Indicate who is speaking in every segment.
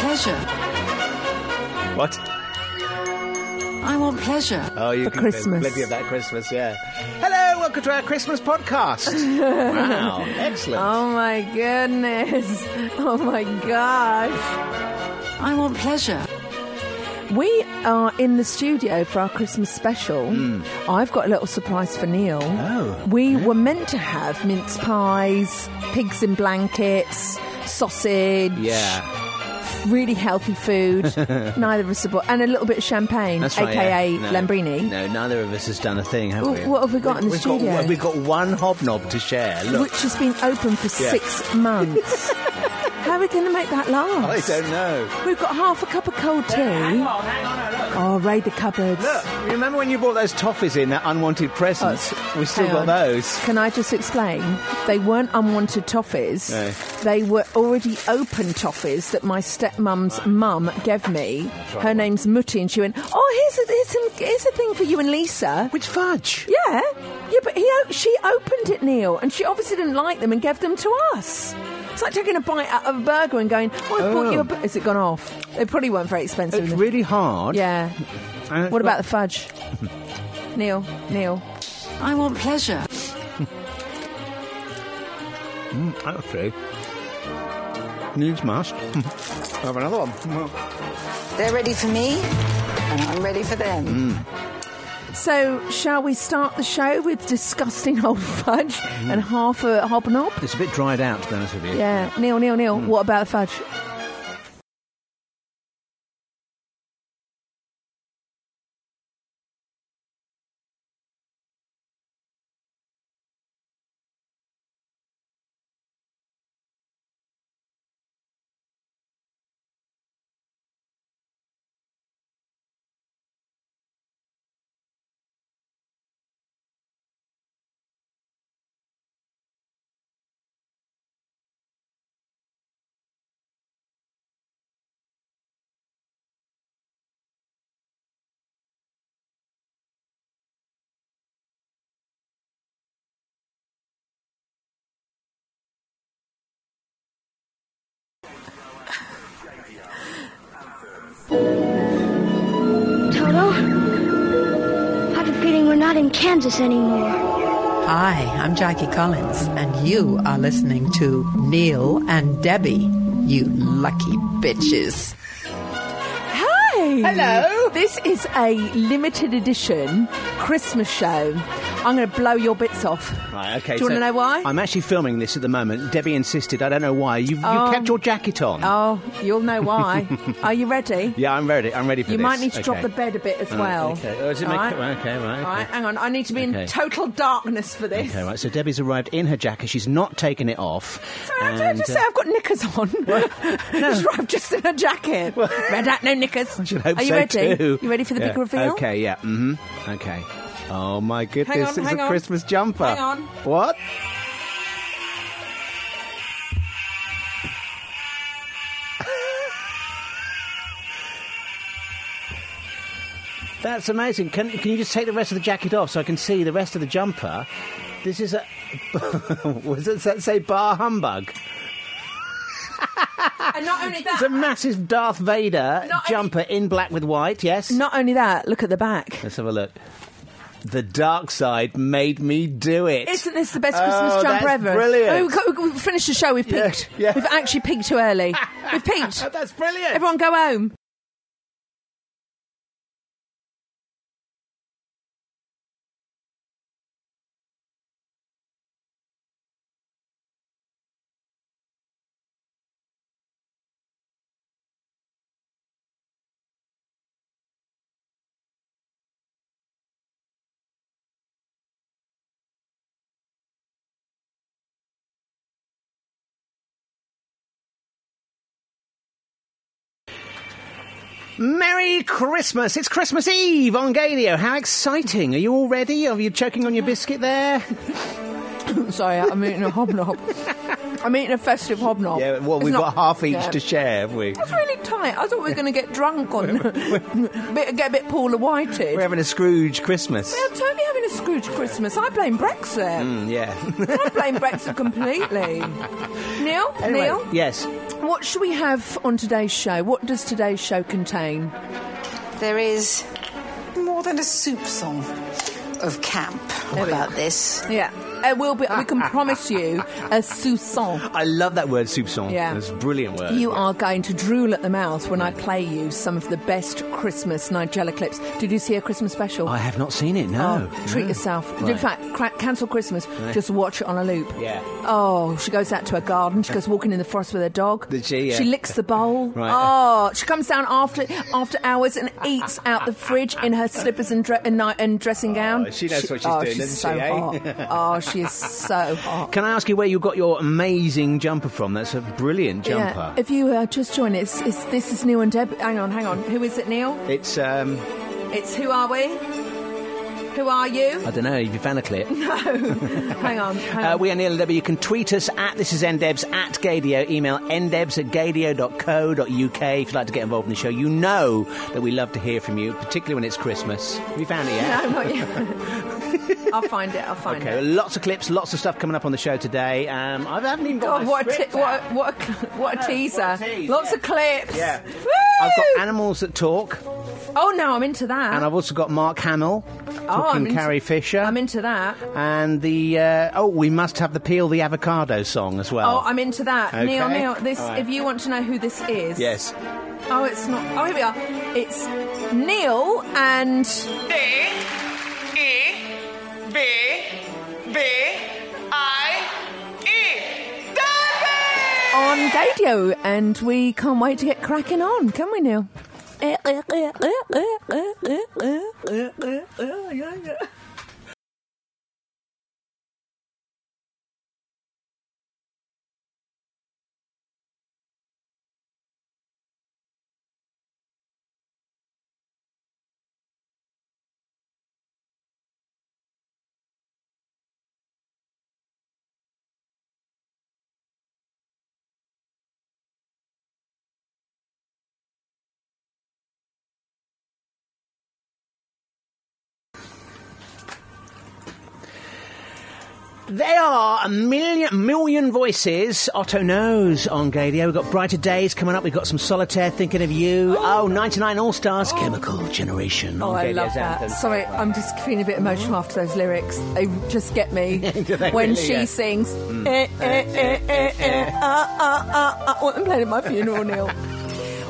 Speaker 1: pleasure.
Speaker 2: What?
Speaker 1: I want pleasure.
Speaker 2: Oh, you
Speaker 3: For
Speaker 2: can
Speaker 3: Christmas.
Speaker 2: plenty of that Christmas, yeah. Hello, welcome to our Christmas podcast. wow, excellent.
Speaker 3: Oh my goodness. Oh my gosh.
Speaker 1: I want pleasure.
Speaker 3: We are in the studio for our Christmas special. I've got a little surprise for Neil.
Speaker 2: Oh.
Speaker 3: We were meant to have mince pies, pigs in blankets, sausage.
Speaker 2: Yeah,
Speaker 3: really healthy food. neither of us have bought, and a little bit of champagne,
Speaker 2: that's right.
Speaker 3: aka
Speaker 2: yeah. No,
Speaker 3: Lambrini.
Speaker 2: No, neither of us has done a thing, have
Speaker 3: Well,
Speaker 2: we?
Speaker 3: what have we got in the
Speaker 2: we've
Speaker 3: studio?
Speaker 2: Got, we've got one hobnob to share. Look,
Speaker 3: Which has been open for
Speaker 2: Yeah.
Speaker 3: six months. How are we going to make that
Speaker 2: I
Speaker 3: last?
Speaker 2: don't know.
Speaker 3: We've got half a cup of cold tea.
Speaker 2: on, hang on, look.
Speaker 3: Oh, raid the cupboards.
Speaker 2: Look, remember when you bought those toffees in, that unwanted presents?
Speaker 3: Oh,
Speaker 2: We've still
Speaker 3: hang
Speaker 2: got
Speaker 3: on.
Speaker 2: those.
Speaker 3: Can I just explain? They weren't unwanted toffees.
Speaker 2: No.
Speaker 3: They were already open toffees that my stepmum's mum gave me. Her name's Mutti, and she went, "Oh, here's a, here's, some, here's a thing for you and Lisa."
Speaker 2: Which fudge?
Speaker 3: Yeah, yeah, but he o- she opened it, Neil, and she obviously didn't like them and gave them to us. It's like taking a bite out of a burger and going, "Oh, I
Speaker 2: Oh.
Speaker 3: bought you a." Bu-. Has it gone off? They probably weren't very expensive.
Speaker 2: It's really hard. Uh,
Speaker 3: yeah.
Speaker 2: And it's
Speaker 3: What
Speaker 2: got-
Speaker 3: about the fudge? Neil, Neil.
Speaker 1: I want pleasure.
Speaker 2: uh, Okay. Needs must. Have another one.
Speaker 1: They're ready for me, and I'm ready for them.
Speaker 3: So, shall we start the show with disgusting old fudge
Speaker 2: Mm-hmm.
Speaker 3: and half a hobnob?
Speaker 2: It's a bit dried out, to be honest with you.
Speaker 3: Yeah, Neil, Neil, Neil.
Speaker 2: Mm.
Speaker 3: What about the fudge?
Speaker 4: Toto, I have a feeling we're not in Kansas anymore.
Speaker 5: Hi, I'm Jackie Collins, and you are listening to Neil and Debbie, you lucky bitches.
Speaker 3: Hey! Hello! This is a limited edition Christmas show. I'm going to blow your bits off.
Speaker 2: Right, okay.
Speaker 3: Do you
Speaker 2: so
Speaker 3: want to know why?
Speaker 2: I'm actually filming this at the moment. Debbie insisted. I don't know why. You, you kept your jacket on.
Speaker 3: Oh, you'll know why. Are you ready?
Speaker 2: Yeah, I'm ready. I'm ready for
Speaker 3: You
Speaker 2: this.
Speaker 3: might need to drop
Speaker 2: Okay.
Speaker 3: the bed a bit as
Speaker 2: Oh,
Speaker 3: well.
Speaker 2: okay. Oh, does it
Speaker 3: All
Speaker 2: make-
Speaker 3: right?
Speaker 2: well, okay, right, okay.
Speaker 3: All right, hang on. I need to be
Speaker 2: Okay.
Speaker 3: in total darkness for this.
Speaker 2: Okay, right. So Debbie's arrived in her jacket. She's not taken it off.
Speaker 3: Sorry, how did I
Speaker 2: and,
Speaker 3: just
Speaker 2: uh,
Speaker 3: say I've got knickers on? She's right, I'm just in a jacket. Red hat, no knickers.
Speaker 2: I should hope
Speaker 3: Are you
Speaker 2: so
Speaker 3: ready?
Speaker 2: too.
Speaker 3: You ready for the
Speaker 2: Yeah.
Speaker 3: big reveal?
Speaker 2: Okay, yeah. hmm Okay. Oh my goodness!
Speaker 3: on,
Speaker 2: it's
Speaker 3: hang
Speaker 2: a
Speaker 3: on.
Speaker 2: Christmas jumper.
Speaker 3: Hang on.
Speaker 2: What? That's amazing. Can can you just take the rest of the jacket off so I can see the rest of the jumper? This is a. was it, does that say bar humbug?
Speaker 3: And not only
Speaker 2: It's a
Speaker 3: that,
Speaker 2: massive Darth Vader
Speaker 3: Not only-
Speaker 2: jumper in black with white. Yes.
Speaker 3: not only that, look at the back.
Speaker 2: Let's have a look. The dark side made me do it.
Speaker 3: Isn't this the best
Speaker 2: Oh,
Speaker 3: Christmas jumper
Speaker 2: that's
Speaker 3: ever?
Speaker 2: brilliant.
Speaker 3: I mean, we've, got, we've finished the show. We've
Speaker 2: Yeah,
Speaker 3: peaked.
Speaker 2: yeah.
Speaker 3: We've actually peaked too early. We've peaked.
Speaker 2: Oh, that's brilliant.
Speaker 3: Everyone, go home.
Speaker 2: Merry Christmas. It's Christmas Eve on Galio. How exciting. Are you all ready? Are you choking on your biscuit there?
Speaker 3: Sorry, I'm eating a hobnob. I'm eating a festive hobnob.
Speaker 2: Yeah, well,
Speaker 3: It's
Speaker 2: we've got
Speaker 3: not-
Speaker 2: half each
Speaker 3: yeah.
Speaker 2: to share, have we?
Speaker 3: That's really tight. I thought we were going to get drunk on, bit, get a bit Paula Whited.
Speaker 2: We're having a Scrooge Christmas.
Speaker 3: I'm totally having a Scrooge Christmas. I blame Brexit.
Speaker 2: Mm, yeah.
Speaker 3: I blame Brexit completely. Neil,
Speaker 2: Anyway,
Speaker 3: Neil,
Speaker 2: Yes.
Speaker 3: What should we have on today's show? What does today's show contain?
Speaker 1: There is more than a soup song of camp about this.
Speaker 3: Yeah, it will be. We can promise you a sousson.
Speaker 2: I love that word, soupçon.
Speaker 3: Yeah.
Speaker 2: It's a brilliant word.
Speaker 3: You are going to drool at the mouth when I play you some of the best Christmas Nigella clips. Did you see a Christmas special?
Speaker 2: I have not seen it, no.
Speaker 3: Oh, treat
Speaker 2: No.
Speaker 3: yourself. In
Speaker 2: Right.
Speaker 3: fact, cra- cancel Christmas. Just watch it on a loop.
Speaker 2: Yeah.
Speaker 3: Oh, she goes out to her garden. She goes walking in the forest with her dog.
Speaker 2: Did she? Yeah.
Speaker 3: She licks the bowl.
Speaker 2: Right.
Speaker 3: Oh, she comes down after after hours and eats out the fridge in her slippers and, dre- and, ni- and dressing gown.
Speaker 2: Oh, she knows what she's
Speaker 3: oh,
Speaker 2: doing,
Speaker 3: she's
Speaker 2: doesn't she,
Speaker 3: so
Speaker 2: eh?
Speaker 3: Hot. Oh, she is so hot.
Speaker 2: Can I ask you where you got your amazing jumper from? That's a brilliant jumper.
Speaker 3: Yeah, if you uh, just join us, it's, this is Neil and Deb. Hang on, hang on. Who is it, Neil?
Speaker 2: it's, um,
Speaker 3: It's who are we? Who are you?
Speaker 2: I don't know, if you found a clip.
Speaker 3: Hang on. Hang
Speaker 2: Uh,
Speaker 3: on.
Speaker 2: we are Neil and Debbie. You can tweet us at this is ndebs at gadio. Email ndebs at gadio.co.uk if you'd like to get involved in the show. You know that we love to hear from you, particularly when it's Christmas. Have you found it yet?
Speaker 3: No, not yet. I'll find it. I'll find
Speaker 2: Okay,
Speaker 3: it.
Speaker 2: lots of clips, lots of stuff coming up on the show today. Um, I haven't even got
Speaker 3: God,
Speaker 2: my
Speaker 3: what a,
Speaker 2: script
Speaker 3: te-
Speaker 2: out.
Speaker 3: what, a, what, a, cl- what a teaser!
Speaker 2: what a tease,
Speaker 3: Lots
Speaker 2: yeah.
Speaker 3: of clips.
Speaker 2: Yeah.
Speaker 3: Woo!
Speaker 2: I've got animals that talk,
Speaker 3: oh no, I'm into that.
Speaker 2: and I've also got Mark Hamill talking
Speaker 3: Oh, I'm into-
Speaker 2: Carrie Fisher.
Speaker 3: I'm into that.
Speaker 2: and the uh, oh, we must have the peel the avocado song as well.
Speaker 3: Oh, I'm into that.
Speaker 2: Okay.
Speaker 3: Neil, Neil, this.
Speaker 2: All right.
Speaker 3: If you want to know who this is,
Speaker 2: yes.
Speaker 3: Oh, it's not. Oh, here we are. It's Neil and
Speaker 6: D E B B I E. Derby!
Speaker 3: on Gadio, and we can't wait to get cracking on, can we, Neil?
Speaker 2: There are a million million voices. Otto knows on Gadio. We've got brighter days coming up. We've got some solitaire thinking of you. Oh, 99 All Stars, Chemical Generation.
Speaker 3: Oh,
Speaker 2: on
Speaker 3: I
Speaker 2: Gadio's
Speaker 3: love that.
Speaker 2: anthem.
Speaker 3: Sorry, I'm just feeling a bit emotional after those lyrics. They just get me
Speaker 2: Do they
Speaker 3: when
Speaker 2: really? Hmm.
Speaker 3: she
Speaker 2: Yeah.
Speaker 3: sings. "Eh, eh, eh, eh, eh, ah, ah, ah, ah." I want them playing at my funeral, Neil.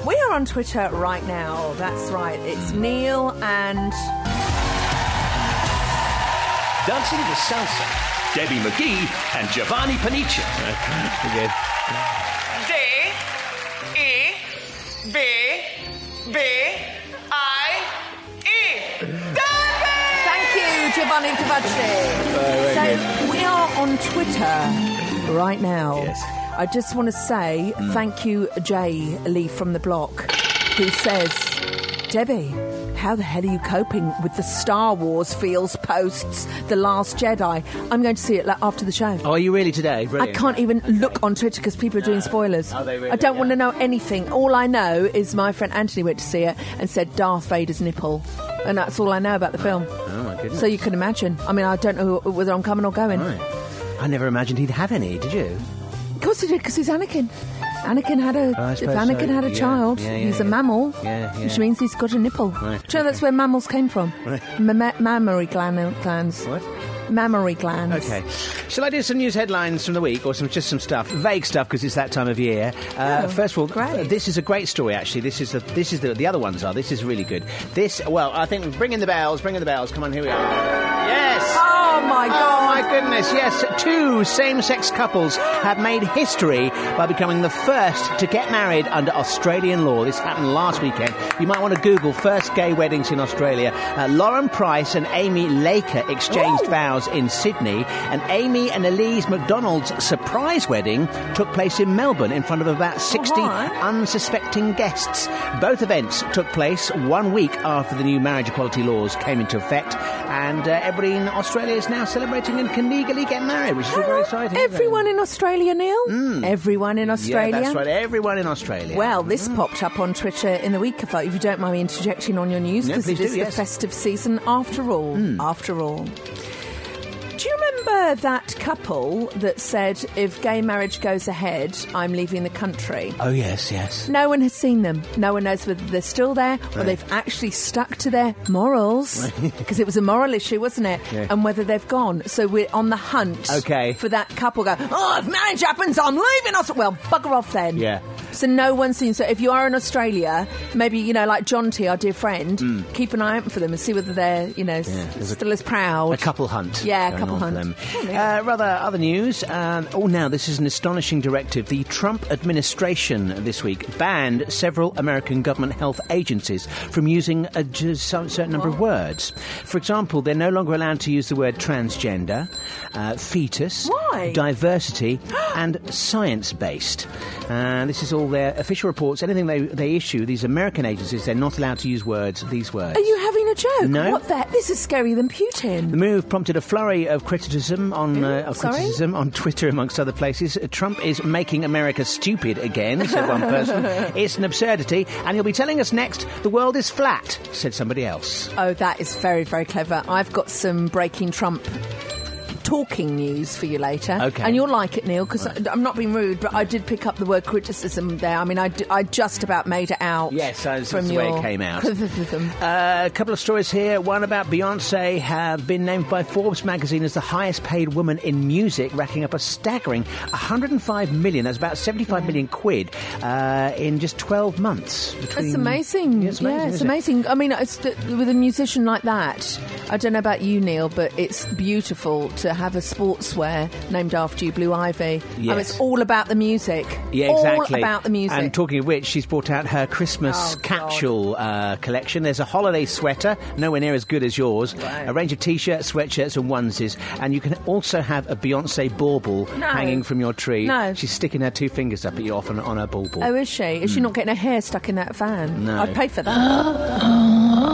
Speaker 3: We are on Twitter right now. That's right. It's Neil and
Speaker 7: Dancing to Salsa. Debbie McGee and Giovanni Paniccia.
Speaker 6: D E B B I E. Derby!
Speaker 3: thank you, Giovanni Cavacci. So we are on Twitter right now.
Speaker 2: Yes.
Speaker 3: I just want to say thank you, Jay Lee from the block, who says, Debbie, how the hell are you coping with the Star Wars feels posts, The Last Jedi? I'm going to see it like, after the show.
Speaker 2: Oh, are you really today?
Speaker 3: I
Speaker 2: Brilliant.
Speaker 3: can't even look on Twitter because people are doing spoilers.
Speaker 2: Oh, they really-
Speaker 3: I don't
Speaker 2: yeah.
Speaker 3: want to know anything. All I know is my friend Anthony went to see it and said Darth Vader's nipple. And that's all I know about the film.
Speaker 2: Oh, my goodness.
Speaker 3: So you can imagine. I mean, I don't know who- whether I'm coming or going.
Speaker 2: Right. I never imagined he'd have any, did you?
Speaker 3: Of course he did, because he's Anakin. Anakin had a
Speaker 2: Oh, I
Speaker 3: if
Speaker 2: suppose
Speaker 3: Anakin
Speaker 2: so,
Speaker 3: had a
Speaker 2: yeah.
Speaker 3: child,
Speaker 2: Yeah, yeah,
Speaker 3: he's a
Speaker 2: yeah.
Speaker 3: mammal,
Speaker 2: Yeah, yeah.
Speaker 3: which means he's got a nipple.
Speaker 2: Right,
Speaker 3: Do you know that's where mammals came from?
Speaker 2: Right.
Speaker 3: Mam- mammary gland, glands.
Speaker 2: What?
Speaker 3: Mammary glands.
Speaker 2: Okay. Shall I do some news headlines from the week or some just some stuff, vague stuff because it's that time of year? Uh,
Speaker 3: Oh,
Speaker 2: first of all,
Speaker 3: great.
Speaker 2: th- this is a great story actually. This is the this is the, the other ones are. This is really good. This well, I think bring in the bells, bring in the bells. Come on, here we are. Yes.
Speaker 3: Oh my
Speaker 2: Oh
Speaker 3: god!
Speaker 2: my goodness, yes, two same sex couples have made history by becoming the first to get married under Australian law. This happened last weekend. You might want to Google first gay weddings in Australia. Uh, Lauren Price and Amy Laker exchanged vows in Sydney, and Amy and Elise McDonald's surprise wedding took place in Melbourne in front of about 60
Speaker 3: Alright.
Speaker 2: unsuspecting guests. Both events took place one week after the new marriage equality laws came into effect, and uh, everybody in Australia is now celebrating and can legally get married, which is all very exciting. isn't it?
Speaker 3: Everyone in Australia, Neil. Everyone in Australia.
Speaker 2: Hmm. Yeah, that's right. Hmm. Everyone in Australia.
Speaker 3: Well, this popped up on Twitter in the week. If, if you don't mind me interjecting on your news,
Speaker 2: No,
Speaker 3: because
Speaker 2: please Hmm.
Speaker 3: it is
Speaker 2: do, yes.
Speaker 3: the festive season after all. After all. Do you remember remember that couple that said, if gay marriage goes ahead, I'm leaving the country?
Speaker 2: Oh, yes, yes.
Speaker 3: No one has seen them. No one knows whether they're still there or they've actually stuck to their morals because it was a moral issue, wasn't it?
Speaker 2: Yeah.
Speaker 3: And whether they've gone. So we're on the hunt
Speaker 2: Okay.
Speaker 3: for that couple. Go, oh, if marriage happens, I'm leaving. Us. Well, bugger off then.
Speaker 2: Yeah.
Speaker 3: So no one's seen. So if you are in Australia, maybe you know, like John T, our dear friend, keep an eye out for them and see whether they're you know s-
Speaker 2: Hmm. there's a-
Speaker 3: still as proud.
Speaker 2: A couple hunt.
Speaker 3: Yeah,
Speaker 2: going
Speaker 3: couple
Speaker 2: on for
Speaker 3: hunt.
Speaker 2: them. Uh, rather other news. Um, oh, now this is an astonishing directive. The Trump administration this week banned several American government health agencies from using a j- some- certain number of words. For example, they're no longer allowed to use the word transgender, uh, fetus,
Speaker 3: Why?
Speaker 2: diversity, and science based. Uh, this is all their official reports. Anything they, they issue, these American agencies, they're not allowed to use words. These words.
Speaker 3: Are you having a joke?
Speaker 2: No.
Speaker 3: What the? This is scarier than
Speaker 2: The
Speaker 3: Putin.
Speaker 2: move prompted a flurry of criticism on uh, of
Speaker 3: Sorry?
Speaker 2: criticism on Twitter, amongst other places. Uh, Trump is making America stupid again, said one person. it's an absurdity, and you'll be telling us next the world is flat, said somebody else.
Speaker 3: Oh, that is very very clever. I've got some breaking Trump. Talking news for you later,
Speaker 2: Okay.
Speaker 3: and you'll like it, Neil, because I'm not being rude, but I did pick up the word criticism there. I mean, I, d- I just about made it out.
Speaker 2: Yes, that's-
Speaker 3: from
Speaker 2: that's the
Speaker 3: your
Speaker 2: way it came out.
Speaker 3: criticism.
Speaker 2: Uh, a couple of stories here. One about Beyonce have been named by Forbes magazine as the highest paid woman in music, racking up a staggering 105 million. That's about 75 million quid uh, in just 12 months.
Speaker 3: It's
Speaker 2: between-
Speaker 3: amazing.
Speaker 2: Yeah, it's amazing.
Speaker 3: yeah, it's
Speaker 2: isn't it?
Speaker 3: amazing. I mean, it's, with a musician like that, I don't know about you, Neil, but it's beautiful to have a sportswear named after you, Blue Ivy. I mean,
Speaker 2: Yes.
Speaker 3: it's all about the music.
Speaker 2: Yeah, exactly.
Speaker 3: All about the music.
Speaker 2: And talking of which, she's brought out her Christmas
Speaker 3: Oh, God.
Speaker 2: capsule uh, collection. There's a holiday sweater, nowhere near as good as yours, a range of t shirts, sweatshirts, and onesies. And you can also have a Beyonce bauble
Speaker 3: No.
Speaker 2: hanging from your tree.
Speaker 3: No.
Speaker 2: She's sticking her two fingers up at you off on, on her bauble.
Speaker 3: oh, is she? Is she not getting her hair stuck in that van?
Speaker 2: No.
Speaker 3: I'd pay for that.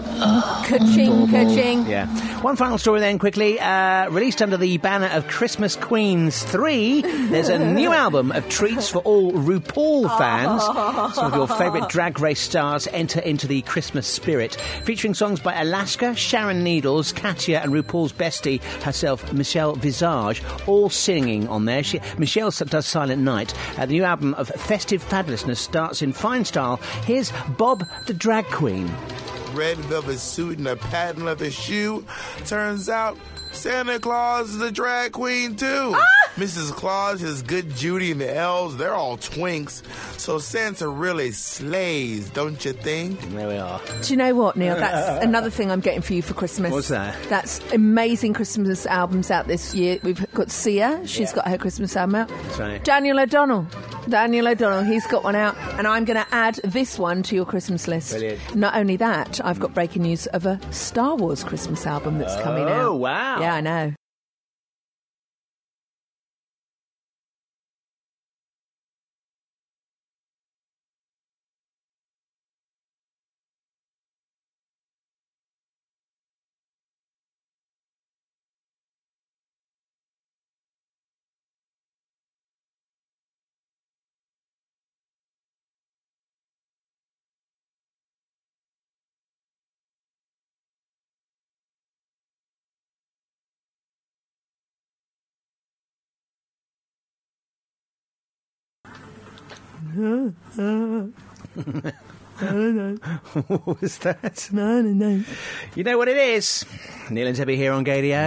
Speaker 3: Ka-ching, ka-ching.
Speaker 2: Yeah. One final story then, quickly. Uh, released under the banner of Christmas Queens 3, there's a new album of treats for all RuPaul fans. Some of your favourite drag race stars enter into the Christmas spirit, featuring songs by Alaska, Sharon Needles, Katya, and RuPaul's bestie herself, Michelle Visage, all singing on there. She, Michelle does Silent Night. Uh, the new album of festive fabulousness starts in fine style. Here's Bob the Drag Queen.
Speaker 8: red velvet suit and a patent leather shoe. Turns out Santa Claus is a drag queen too. Mrs. Claus, his good Judy, and the elves, they're all twinks. So Santa really slays, don't you think?
Speaker 2: There we are.
Speaker 3: Do you know what, Neil? That's another thing I'm getting for you for Christmas.
Speaker 2: What's that?
Speaker 3: That's amazing Christmas albums out this year. We've got Sia, She's got her Christmas album out. That's
Speaker 2: right.
Speaker 3: Daniel O'Donnell. Daniel O'Donnell, he's got one out, and I'm going to add this one to your Christmas list.
Speaker 2: Brilliant.
Speaker 3: Not only that, I've got breaking news of a Star Wars Christmas album that's coming out.
Speaker 2: Oh, wow.
Speaker 3: Yeah, I know.
Speaker 2: What was that?
Speaker 3: No, no, no.
Speaker 2: You know what it is. Neil and Debbie here on Gadio.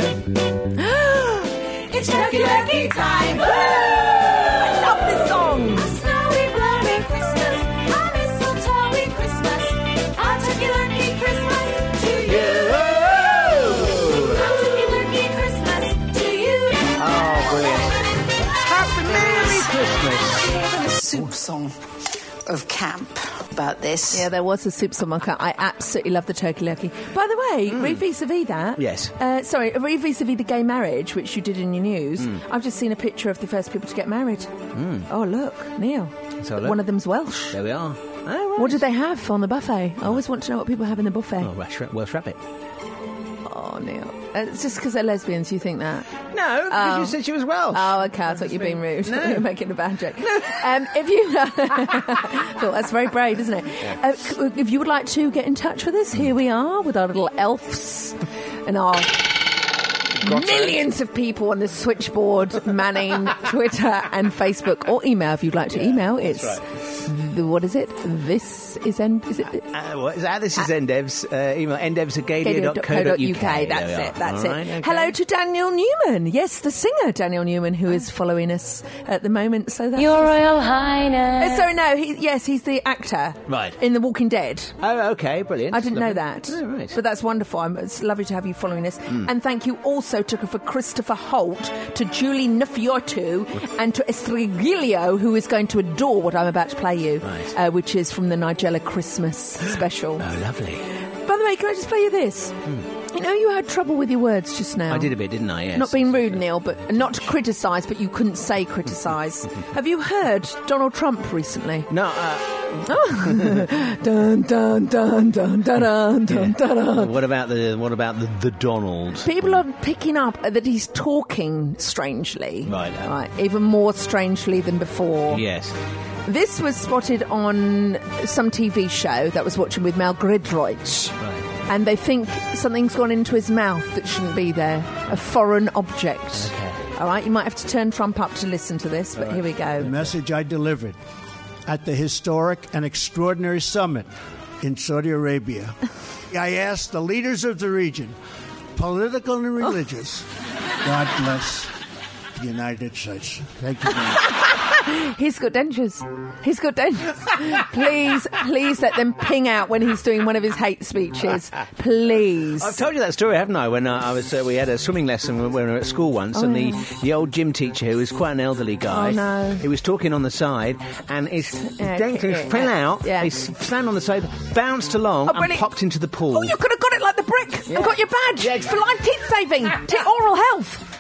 Speaker 3: It's turkey turkey time! I love this song!
Speaker 9: Snowy, blurry Christmas, a mistletoe Christmas, a turkey lurkey Christmas to you. A turkey lurkey Christmas to you.
Speaker 2: Oh, brilliant.
Speaker 9: Happy
Speaker 2: Merry Christmas.
Speaker 1: More than a soup song of camp about this.
Speaker 3: Yeah, there was a soup stomach. I absolutely love the turkey lurkey. By the way, re vis-a-vis that.
Speaker 2: Yes.
Speaker 3: Uh, sorry, re vis-a-vis the gay marriage, which you did in your news. I've just seen a picture of the first people to get married. Oh, look, Neil.
Speaker 2: Let's have a look.
Speaker 3: One of them's Welsh.
Speaker 2: There we are. Oh, right.
Speaker 3: What do they have on the buffet? I always want to know what people have in the buffet.
Speaker 2: Oh, Welsh, ra- Welsh rabbit.
Speaker 3: Oh, Neil. Uh, It's just because they're lesbians, you think that?
Speaker 2: No, because you said she was Welsh.
Speaker 3: Oh, okay. I thought you were being rude.
Speaker 2: No.
Speaker 3: you were making a bad joke. Um, if you, Well, that's very brave, isn't it? Uh, c- if you would like to get in touch with us, here we are with our little elves and our
Speaker 8: Gotcha.
Speaker 3: Millions of people on the switchboard manning Twitter and Facebook or email if you'd like to email. It's the, what is it? This is end. Is it?
Speaker 2: Uh, what is that? This is Endev's uh, email, endevs at
Speaker 3: That's
Speaker 2: gadia.co.uk. There we
Speaker 3: it.
Speaker 2: are.
Speaker 3: That's
Speaker 2: All right,
Speaker 3: it.
Speaker 2: okay.
Speaker 3: Hello to Daniel Newman. Yes, the singer Daniel Newman, who is following us at the moment. So that's
Speaker 10: Your
Speaker 3: just-
Speaker 10: Royal Highness.
Speaker 3: Uh, sorry, no. He, yes, he's the actor.
Speaker 2: Right.
Speaker 3: In The Walking Dead.
Speaker 2: Oh, okay, brilliant.
Speaker 3: I didn't know
Speaker 2: Lovely.
Speaker 3: that.
Speaker 2: Oh, right.
Speaker 3: But that's wonderful. I'm, it's lovely to have you following us.
Speaker 2: Mm.
Speaker 3: And thank you also to for Christopher Holt, to Julie Nufiotu, and to Estrigilio, who is going to adore what I'm about to play you, uh, which is from the Nigella Christmas special.
Speaker 2: Oh, lovely.
Speaker 3: By the way, can I just play you this? You know, you had trouble with your words just now.
Speaker 2: Hmm. I did a bit, didn't I? Yes.
Speaker 3: Oh. Not being rude, Neil, but not to criticise, but you couldn't say criticise. Have you heard Donald Trump recently?
Speaker 2: No. Uh,
Speaker 3: dun dun dun dun dun dun dun dun.
Speaker 2: What about the what about the, the Donald?
Speaker 3: People are picking up that he's talking strangely.
Speaker 2: Right, uh,
Speaker 3: Right, even more strangely than before.
Speaker 2: Yes.
Speaker 3: This was spotted on some TV show that was watching with Mal Gridroich.
Speaker 2: Right.
Speaker 3: And they think something's gone into his mouth that shouldn't be there. A foreign object. All right, you might have to turn Trump up to listen to this, but here we go.
Speaker 11: The message I delivered at the historic and extraordinary summit in Saudi Arabia. I asked the leaders of the region, political and religious, God bless the United States. Thank you. Very much.
Speaker 3: He's got dentures. He's got dentures. please, please let them ping out when he's doing one of his hate speeches. Please.
Speaker 2: I've told you that story, haven't I? When uh, I was, uh, we had a swimming lesson when we were at school once,
Speaker 3: Oh,
Speaker 2: and
Speaker 3: yeah.
Speaker 2: the, the old gym teacher, who was quite an elderly guy,
Speaker 3: Oh, no.
Speaker 2: he was talking on the side, and his
Speaker 3: Yeah,
Speaker 2: dentures
Speaker 3: yeah,
Speaker 2: fell
Speaker 3: yeah.
Speaker 2: out.
Speaker 3: Yeah.
Speaker 2: He slammed on the side, bounced along,
Speaker 3: Oh,
Speaker 2: and
Speaker 3: brilliant.
Speaker 2: popped into the pool.
Speaker 3: Oh, you could have got it like the brick and got your badge for life teeth saving, to oral health.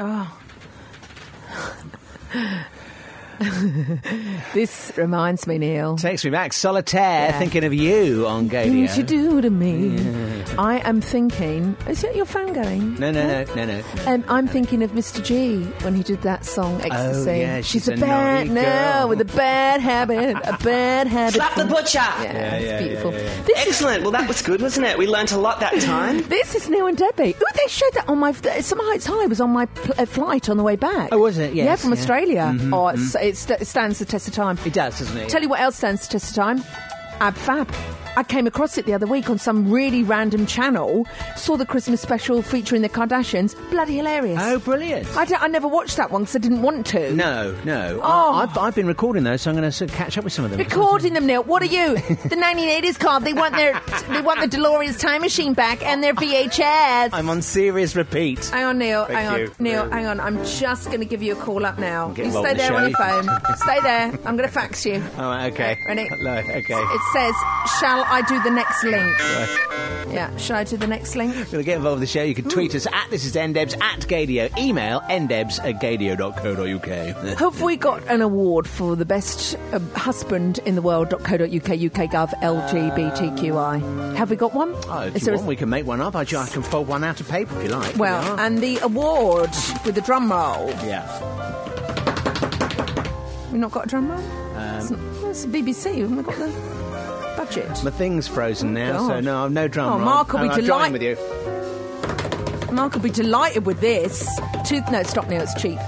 Speaker 3: Oh. this reminds me, Neil.
Speaker 2: Takes me back. Solitaire,
Speaker 3: Yeah.
Speaker 2: thinking of you on
Speaker 3: Things you
Speaker 2: Gadio.
Speaker 3: do to me.
Speaker 2: Yeah.
Speaker 3: I am thinking. Is that your phone going?
Speaker 2: No, no, no, no, no.
Speaker 3: Um, I'm thinking of Mr. G when he did that song, Ecstasy.
Speaker 2: Oh, yeah,
Speaker 3: she's,
Speaker 2: she's
Speaker 3: a,
Speaker 2: a
Speaker 3: bad
Speaker 2: naughty girl.
Speaker 3: no with a bad habit, a bad habit.
Speaker 12: Slap the butcher.
Speaker 3: Yeah, it's beautiful. This
Speaker 12: Excellent. Well, that was good, wasn't it? We learnt a lot that time.
Speaker 3: This is Neil and Debbie. Ooh, they showed that on my. Some Heights High was on my pl- uh, flight on the way back. Oh,
Speaker 2: was it?
Speaker 3: yeah,
Speaker 2: Yes,
Speaker 3: from
Speaker 2: yeah.
Speaker 3: Australia.
Speaker 2: Mhm,
Speaker 3: oh, it's,
Speaker 2: mhm.
Speaker 3: it st- stands the test of time.
Speaker 2: It does, doesn't it?
Speaker 3: Tell you what else stands the test of time. Ab Fab. I came across it the other week on some really random channel. Saw the Christmas special featuring the Kardashians. Bloody hilarious.
Speaker 2: Oh, brilliant.
Speaker 3: I, d- I never watched that one because I didn't want to.
Speaker 2: No, no.
Speaker 3: Oh.
Speaker 2: I, have I've been recording those, so I'm going to catch up with some of them.
Speaker 3: Recording them now. What are you? The 1980s club. They want their they want the DeLorean's time machine back and their VHS.
Speaker 2: I'm on serious repeat.
Speaker 3: Hang on, Neil.
Speaker 2: Thank
Speaker 3: hang on,
Speaker 2: you.
Speaker 3: Neil. Hang on. I'm just going to give you a call up now.
Speaker 2: Get
Speaker 3: You
Speaker 2: rolled
Speaker 3: stay
Speaker 2: in the
Speaker 3: there on the
Speaker 2: shade. Oh,
Speaker 3: phone. stay there. I'm going to fax you.
Speaker 2: All right, okay.
Speaker 3: Ready?
Speaker 2: No, okay.
Speaker 3: It says, "Shall I do the next link?"
Speaker 2: Right.
Speaker 3: Yeah. Shall I do the next link?
Speaker 2: If you want to get involved with the show, you can tweet us at this is ndebs at gadio. Email ndebs at gadio.co.uk.
Speaker 3: Have we got an award for the best um, husband in the world.co.uk UKGov LGBTQI? Have we got one?
Speaker 2: Oh,
Speaker 3: Is
Speaker 2: if you
Speaker 3: there a-
Speaker 2: want, we can make one up. I, ju- I can fold one out of paper if you like.
Speaker 3: well, uh, and the award with the drum roll.
Speaker 2: yeah.
Speaker 3: We've not got a drum roll? it's,
Speaker 2: Um,
Speaker 3: not, it's BBC. Haven't we got the budget?
Speaker 2: my thing's frozen now, so
Speaker 3: God.
Speaker 2: no, I've no drum
Speaker 3: Oh,
Speaker 2: roll.
Speaker 3: Mark, are we
Speaker 2: I'm, I'm
Speaker 3: delight-
Speaker 2: joining with you.
Speaker 3: Mark will be delighted with this. Tooth no, stop now, it's cheap.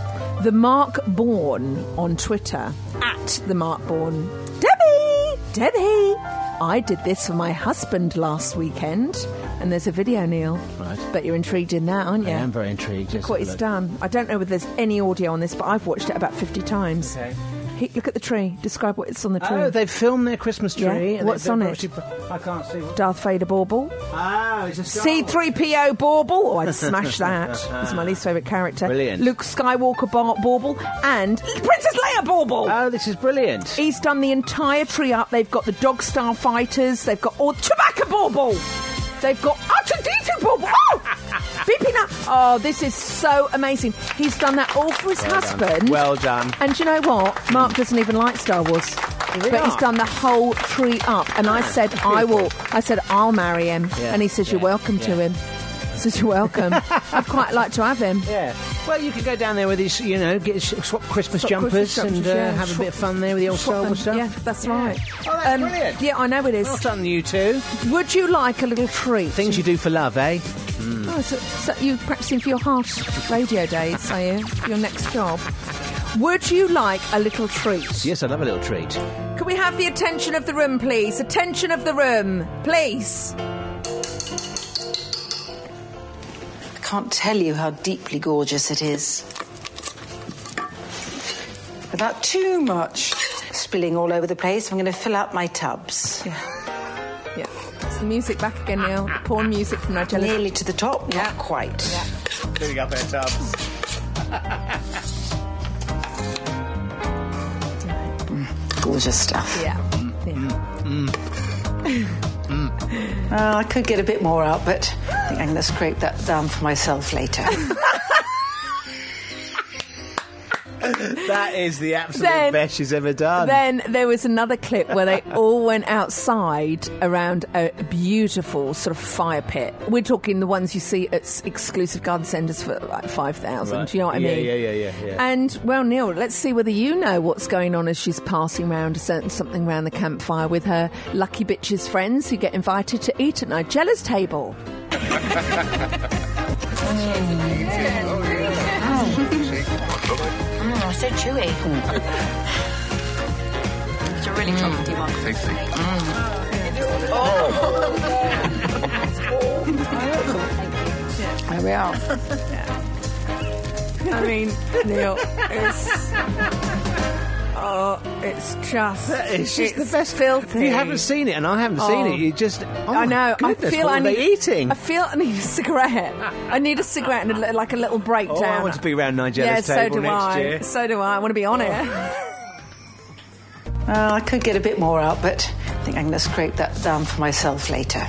Speaker 3: The Mark Bourne on Twitter at the Mark Bourne. Debbie, Debbie, I did this for my husband last weekend, and there's a video, Neil. Right. Bet you're intrigued in that, aren't you?
Speaker 2: I am very intrigued. Let's
Speaker 3: Look what
Speaker 2: have a
Speaker 3: he's
Speaker 2: look.
Speaker 3: done. I don't know if there's any audio on this, but I've watched it about 50 times. He- look at the tree. Describe what's on the tree.
Speaker 2: Oh, they filmed their Christmas tree.
Speaker 3: Yeah.
Speaker 2: and
Speaker 3: What's
Speaker 2: they-
Speaker 3: on
Speaker 2: they
Speaker 3: it?
Speaker 2: obviously- I can't see. What...
Speaker 3: Darth Vader bauble.
Speaker 2: Oh, it's a Star Wars.
Speaker 3: C3PO bauble. Oh, I'd smash that. It's my least favourite character.
Speaker 2: Brilliant.
Speaker 3: Luke Skywalker bar- bauble and Princess Leia bauble.
Speaker 2: Oh, this is brilliant.
Speaker 3: He's done the entire tree up. They've got the Dog Star fighters. They've got all Chewbacca bauble. They've got R2D2 bauble. Oh! Beeping up. Oh, this is so amazing. He's done that all for his husband.
Speaker 2: Well done.
Speaker 3: And do you know what? Mark doesn't even like Star Wars. But he's
Speaker 2: not?
Speaker 3: done the whole tree up. And I said, I will. I said, I'll marry him.
Speaker 2: Ah, Yeah,
Speaker 3: And he says, You're
Speaker 2: yeah,
Speaker 3: welcome to
Speaker 2: yeah.
Speaker 3: him. He says, You're welcome. I'd quite like to have him.
Speaker 2: Yeah. Well, you could go down there with these, you know, get swap Christmas
Speaker 3: Swap
Speaker 2: jumpers
Speaker 3: Christmas
Speaker 2: and
Speaker 3: jumpers,
Speaker 2: uh,
Speaker 3: yeah.
Speaker 2: have
Speaker 3: Swap-
Speaker 2: a bit of fun there with the old
Speaker 3: swap
Speaker 2: Star Wars
Speaker 3: them.
Speaker 2: stuff.
Speaker 3: Yeah, that's right. Um,
Speaker 2: Oh, that's brilliant.
Speaker 3: Yeah, I know it is.
Speaker 2: Well done, you two.
Speaker 3: Would you like a little treat?
Speaker 2: Things you do for love, eh? Mm.
Speaker 3: Oh, so, so you practicing for your harsh radio days, are you? Your next job. Would you like a little treat?
Speaker 2: Yes, I love a little treat.
Speaker 3: Can we have the attention of the room, please? Attention of the room, please.
Speaker 1: I can't tell you how deeply gorgeous it is. Without too much spilling all over the place, I'm going to fill up my tubs.
Speaker 3: Yeah. It's the music back again now. The porn music from Nigella.
Speaker 1: Nearly to the top, not quite.
Speaker 2: Filling up their tubs.
Speaker 1: Gorgeous stuff.
Speaker 3: Yeah.
Speaker 1: Well, Uh, I could get a bit more out, but I think I'm going to scrape that down for myself later.
Speaker 2: that is the absolute
Speaker 3: Then-
Speaker 2: best she's ever done.
Speaker 3: Then there was another clip where they all went outside around a beautiful sort of fire pit. We're talking the ones you see at s- exclusive garden centres for like 5,000.
Speaker 2: Right.
Speaker 3: Do you know what I
Speaker 2: Yeah,
Speaker 3: mean?
Speaker 2: yeah, yeah, yeah, yeah.
Speaker 3: And, well, Neil, let's see whether you know what's going on as she's passing round a certain something round the campfire with her lucky bitches friends who get invited to eat at Nigella's table.
Speaker 9: Mm, so chewy. It's a really chocolatey one.
Speaker 1: there we are.
Speaker 3: I mean, Neil, it's. Oh, it's just.
Speaker 2: It's just the best
Speaker 3: filthy.
Speaker 2: You haven't seen it, and I haven't seen
Speaker 3: Oh.
Speaker 2: it. You just, oh
Speaker 3: I
Speaker 2: my
Speaker 3: know.
Speaker 2: Goodness,
Speaker 3: I feel
Speaker 2: what
Speaker 3: I
Speaker 2: were
Speaker 3: need
Speaker 2: they eating.
Speaker 3: I feel I need a cigarette. I need a cigarette and a, li- like a little breakdown.
Speaker 2: Oh, I want to be around Nigella's
Speaker 3: yeah, so
Speaker 2: table
Speaker 3: do
Speaker 2: next
Speaker 3: I.
Speaker 2: year.
Speaker 3: So do I. I want to be on it.
Speaker 1: Well, Uh, I could get a bit more out, but I think I'm going to scrape that down for myself later.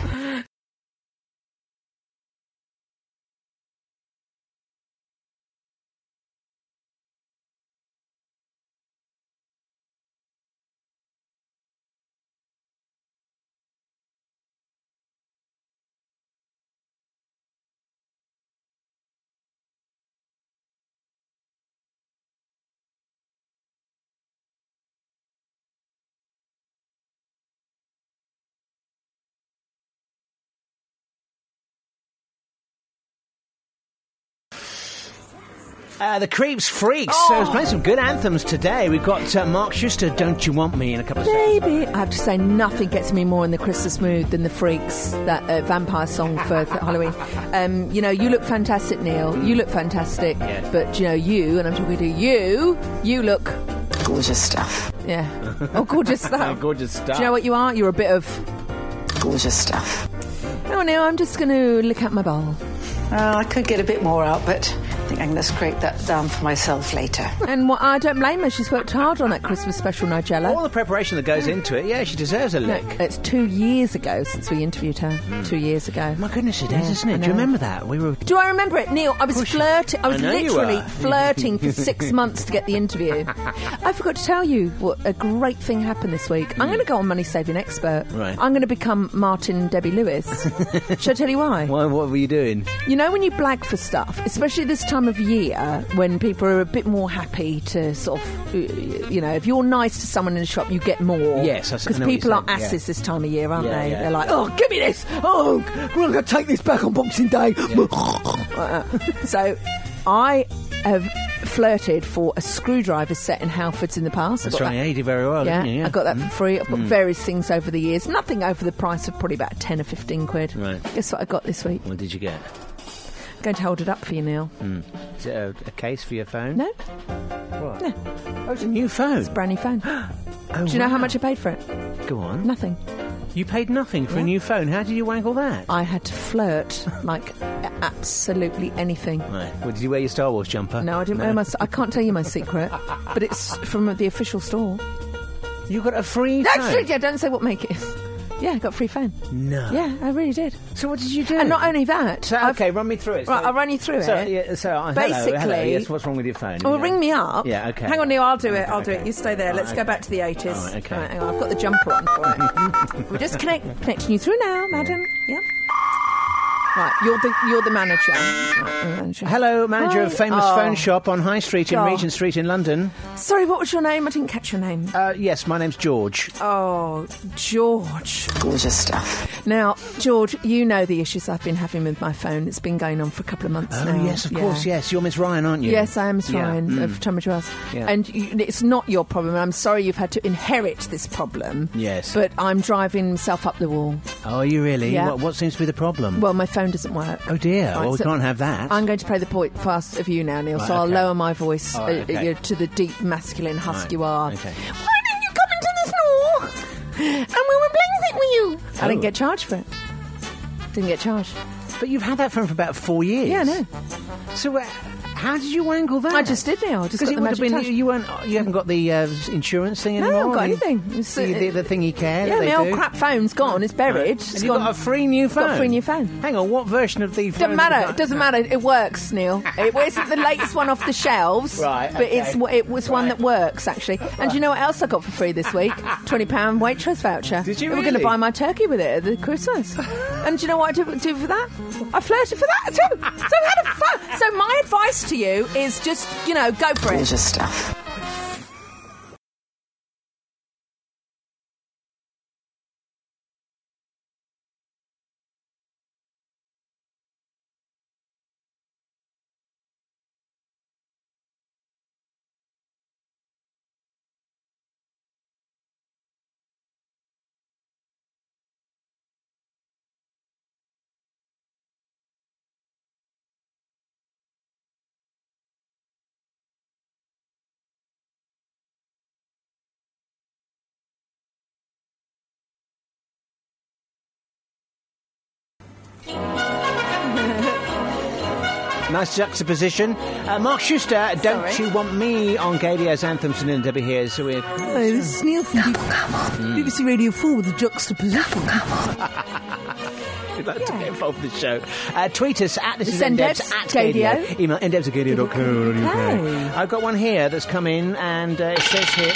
Speaker 2: Uh, the Creeps Freaks. So
Speaker 3: Oh.
Speaker 2: we're playing some good anthems today. We've got uh, Mark Schuster, Don't You Want Me, in a couple of seconds.
Speaker 3: Baby, I have to say, nothing gets me more in the Christmas mood than the Freaks, that uh, vampire song for th- Halloween. Um, you know, you look fantastic, Neil. You look fantastic.
Speaker 1: Yeah.
Speaker 3: But you know, you and I'm talking to you. You look,
Speaker 1: Gorgeous stuff.
Speaker 3: yeah. Oh, gorgeous stuff.
Speaker 2: Gorgeous
Speaker 3: Do
Speaker 2: stuff.
Speaker 3: you know what you are? You're a bit of.
Speaker 1: Gorgeous stuff.
Speaker 3: Oh, Neil, I'm just going to lick out my bowl.
Speaker 1: Well, Uh, I could get a bit more out, but I think I'm going to scrape that down for myself later.
Speaker 3: And what, I don't blame her. She's worked hard on that Christmas special, Nigella.
Speaker 2: All the preparation that goes into it. Yeah, she deserves a
Speaker 3: No,
Speaker 2: lick.
Speaker 3: it's two years ago since we interviewed her. Two years ago.
Speaker 2: Hmm. My goodness, it
Speaker 3: Yeah,
Speaker 2: is, isn't
Speaker 3: I
Speaker 2: it? Do you
Speaker 3: know.
Speaker 2: remember that? We were.
Speaker 3: Do I remember it, Neil? I was flirting. I was
Speaker 2: I know you
Speaker 3: literally
Speaker 2: were.
Speaker 3: flirting for six months to get the interview. I forgot to tell you what a great thing happened this week. I'm going to go on Money Saving Expert.
Speaker 2: Hmm. Right.
Speaker 3: I'm going to become Martin Debbie Lewis. Should I tell you why?
Speaker 2: Why, what were you doing?
Speaker 3: You know, when you blag for stuff, especially this time of year when people are a bit more happy to sort of, uh, you know, if you're nice to someone in a shop, you get more.
Speaker 2: Yes, I s- I
Speaker 3: because
Speaker 2: know what
Speaker 3: people
Speaker 2: you're
Speaker 3: are
Speaker 2: saying, yeah.
Speaker 3: asses this time of year, aren't
Speaker 2: Yeah,
Speaker 3: they?
Speaker 2: yeah.
Speaker 3: They're like, oh, give me this. Oh, we're going to take this back on Boxing Day. so I have flirted for a screwdriver set in Halfords in the past. I
Speaker 2: That's
Speaker 3: got
Speaker 2: right,
Speaker 3: that-
Speaker 2: yeah, you did very well.
Speaker 3: yeah,
Speaker 2: didn't you?
Speaker 3: I got that for free. I've got
Speaker 2: Mm.
Speaker 3: various things over the years. Nothing over the price of probably about 10 or 15 quid.
Speaker 2: Right.
Speaker 3: Guess what I got this week?
Speaker 2: What did you get? Mm.
Speaker 3: going to hold it up for you, Neil.
Speaker 2: Is it a, a case for your phone?
Speaker 3: No.
Speaker 2: What?
Speaker 3: No.
Speaker 2: Oh, it's a new phone. It's a
Speaker 3: brand new phone.
Speaker 2: Oh,
Speaker 3: Do you know how
Speaker 2: wow.
Speaker 3: much I paid for it?
Speaker 2: Go on.
Speaker 3: Nothing.
Speaker 2: You paid nothing for a new phone. How did you wank all that?
Speaker 3: I had to flirt like a- absolutely anything.
Speaker 2: Right. Well, did you wear your Star Wars jumper?
Speaker 3: No, I didn't wear my. I can't tell you my secret, but it's from the official store.
Speaker 2: You got a free
Speaker 3: no,
Speaker 2: phone?
Speaker 3: it's true, yeah, don't say what make it is. Yeah, I got a free phone.
Speaker 2: No.
Speaker 3: Yeah, I really did.
Speaker 2: So what did you do?
Speaker 3: And not only that,
Speaker 2: So,
Speaker 3: I've-
Speaker 2: okay, run me through it.
Speaker 3: Right, I'll run you through
Speaker 2: so,
Speaker 3: it.
Speaker 2: Yeah, so, uh, hello,
Speaker 3: basically,
Speaker 2: hello, yes, what's wrong with your phone?
Speaker 3: Well,
Speaker 2: Yeah.
Speaker 3: ring me up.
Speaker 2: Yeah, okay.
Speaker 3: Hang on, Neil. I'll do it.
Speaker 2: Okay,
Speaker 3: I'll do it.
Speaker 2: okay.
Speaker 3: You stay there.
Speaker 2: All
Speaker 3: Let's
Speaker 2: right,
Speaker 3: go
Speaker 2: okay.
Speaker 3: back to the eighties.
Speaker 2: All right, okay.
Speaker 3: hang on. I've got the jumper on for it. We're just connect, connecting you through now, madam. Yeah. Right. You're the you're the manager. Right, you're the manager.
Speaker 2: Hello, manager of
Speaker 3: Hi.
Speaker 2: famous
Speaker 3: Oh.
Speaker 2: phone shop on High Street in
Speaker 3: God.
Speaker 2: Regent Street in London.
Speaker 3: Sorry, what was your name? I didn't catch your name.
Speaker 2: Uh, yes, my name's George.
Speaker 3: Oh, George.
Speaker 1: Gorgeous stuff.
Speaker 3: Now, George, you know the issues I've been having with my phone. It's been going on for a couple of months
Speaker 2: Oh
Speaker 3: now.
Speaker 2: yes, of
Speaker 3: Yeah.
Speaker 2: course. Yes, you're Miss Ryan, aren't you?
Speaker 3: Yes, I am
Speaker 2: Yeah,
Speaker 3: Ryan
Speaker 2: mm.
Speaker 3: of Tommy Joyce.
Speaker 2: Yeah.
Speaker 3: And you, it's not your problem. I'm sorry you've had to inherit this problem.
Speaker 2: Yes.
Speaker 3: But I'm driving myself up the wall.
Speaker 2: Oh, are you really?
Speaker 3: Yeah.
Speaker 2: What, what seems to be the problem?
Speaker 3: Well, my phone doesn't work.
Speaker 2: oh dear.
Speaker 3: Right,
Speaker 2: well, we
Speaker 3: so
Speaker 2: can't have that.
Speaker 3: I'm going to play the point fast of you now, Neil,
Speaker 2: Right,
Speaker 3: so I'll
Speaker 2: okay.
Speaker 3: lower my voice
Speaker 2: All right,
Speaker 3: uh,
Speaker 2: okay.
Speaker 3: uh, to the deep masculine husk
Speaker 2: Right,
Speaker 3: you are.
Speaker 2: okay.
Speaker 3: Why didn't you come into the store? And we were playing it with you. I
Speaker 2: Oh.
Speaker 3: didn't get charged for it. Didn't get charged.
Speaker 2: But you've had that phone for about four years.
Speaker 3: Yeah, I know.
Speaker 2: So uh, how did you wangle that?
Speaker 3: I just did now. I just
Speaker 2: Because
Speaker 3: got
Speaker 2: it
Speaker 3: the
Speaker 2: would have
Speaker 3: magic
Speaker 2: been
Speaker 3: touch.
Speaker 2: you weren't you haven't got the uh, insurance thing
Speaker 3: No, I
Speaker 2: anymore.
Speaker 3: haven't got
Speaker 2: have you?
Speaker 3: anything. It's,
Speaker 2: The,
Speaker 3: uh,
Speaker 2: the, the thingy care.
Speaker 3: yeah,
Speaker 2: that
Speaker 3: my
Speaker 2: they
Speaker 3: old
Speaker 2: do.
Speaker 3: crap phone's gone. It's buried.
Speaker 2: And
Speaker 3: It's
Speaker 2: you
Speaker 3: gone.
Speaker 2: got a free new phone.
Speaker 3: Got a free new phone.
Speaker 2: Hang on, what version of the phone?
Speaker 3: Doesn't matter.
Speaker 2: have
Speaker 3: It
Speaker 2: you
Speaker 3: doesn't matter. It works, Neil. It isn't the latest one off the shelves,
Speaker 2: Right,
Speaker 3: But it's
Speaker 2: okay.
Speaker 3: it's it was one that works actually. And do you know what else I got for free this week? Twenty pound waitress voucher.
Speaker 2: Did you
Speaker 3: We We're going to
Speaker 2: really?
Speaker 3: buy my turkey with it at the Christmas. and do you know what I do, do for that? I flirted for that too. So I had a fun. So my advice to you is just you know go for it.
Speaker 1: Gorgeous stuff.
Speaker 2: Nice juxtaposition. Uh, Mark Schuster, don't you want me on Gailio's anthems and Debbie here? So we're
Speaker 10: Hi, this is Neil from B- BBC Radio 4 with the juxtaposition.
Speaker 2: We'd like to get involved with the show. Uh, tweet us at this is
Speaker 3: Send
Speaker 2: Ndebs
Speaker 3: us,
Speaker 2: at
Speaker 3: Gadio.
Speaker 2: Gadio. Email ndebs at gadio.co.uk. I've got one here that's come in and uh, it says here.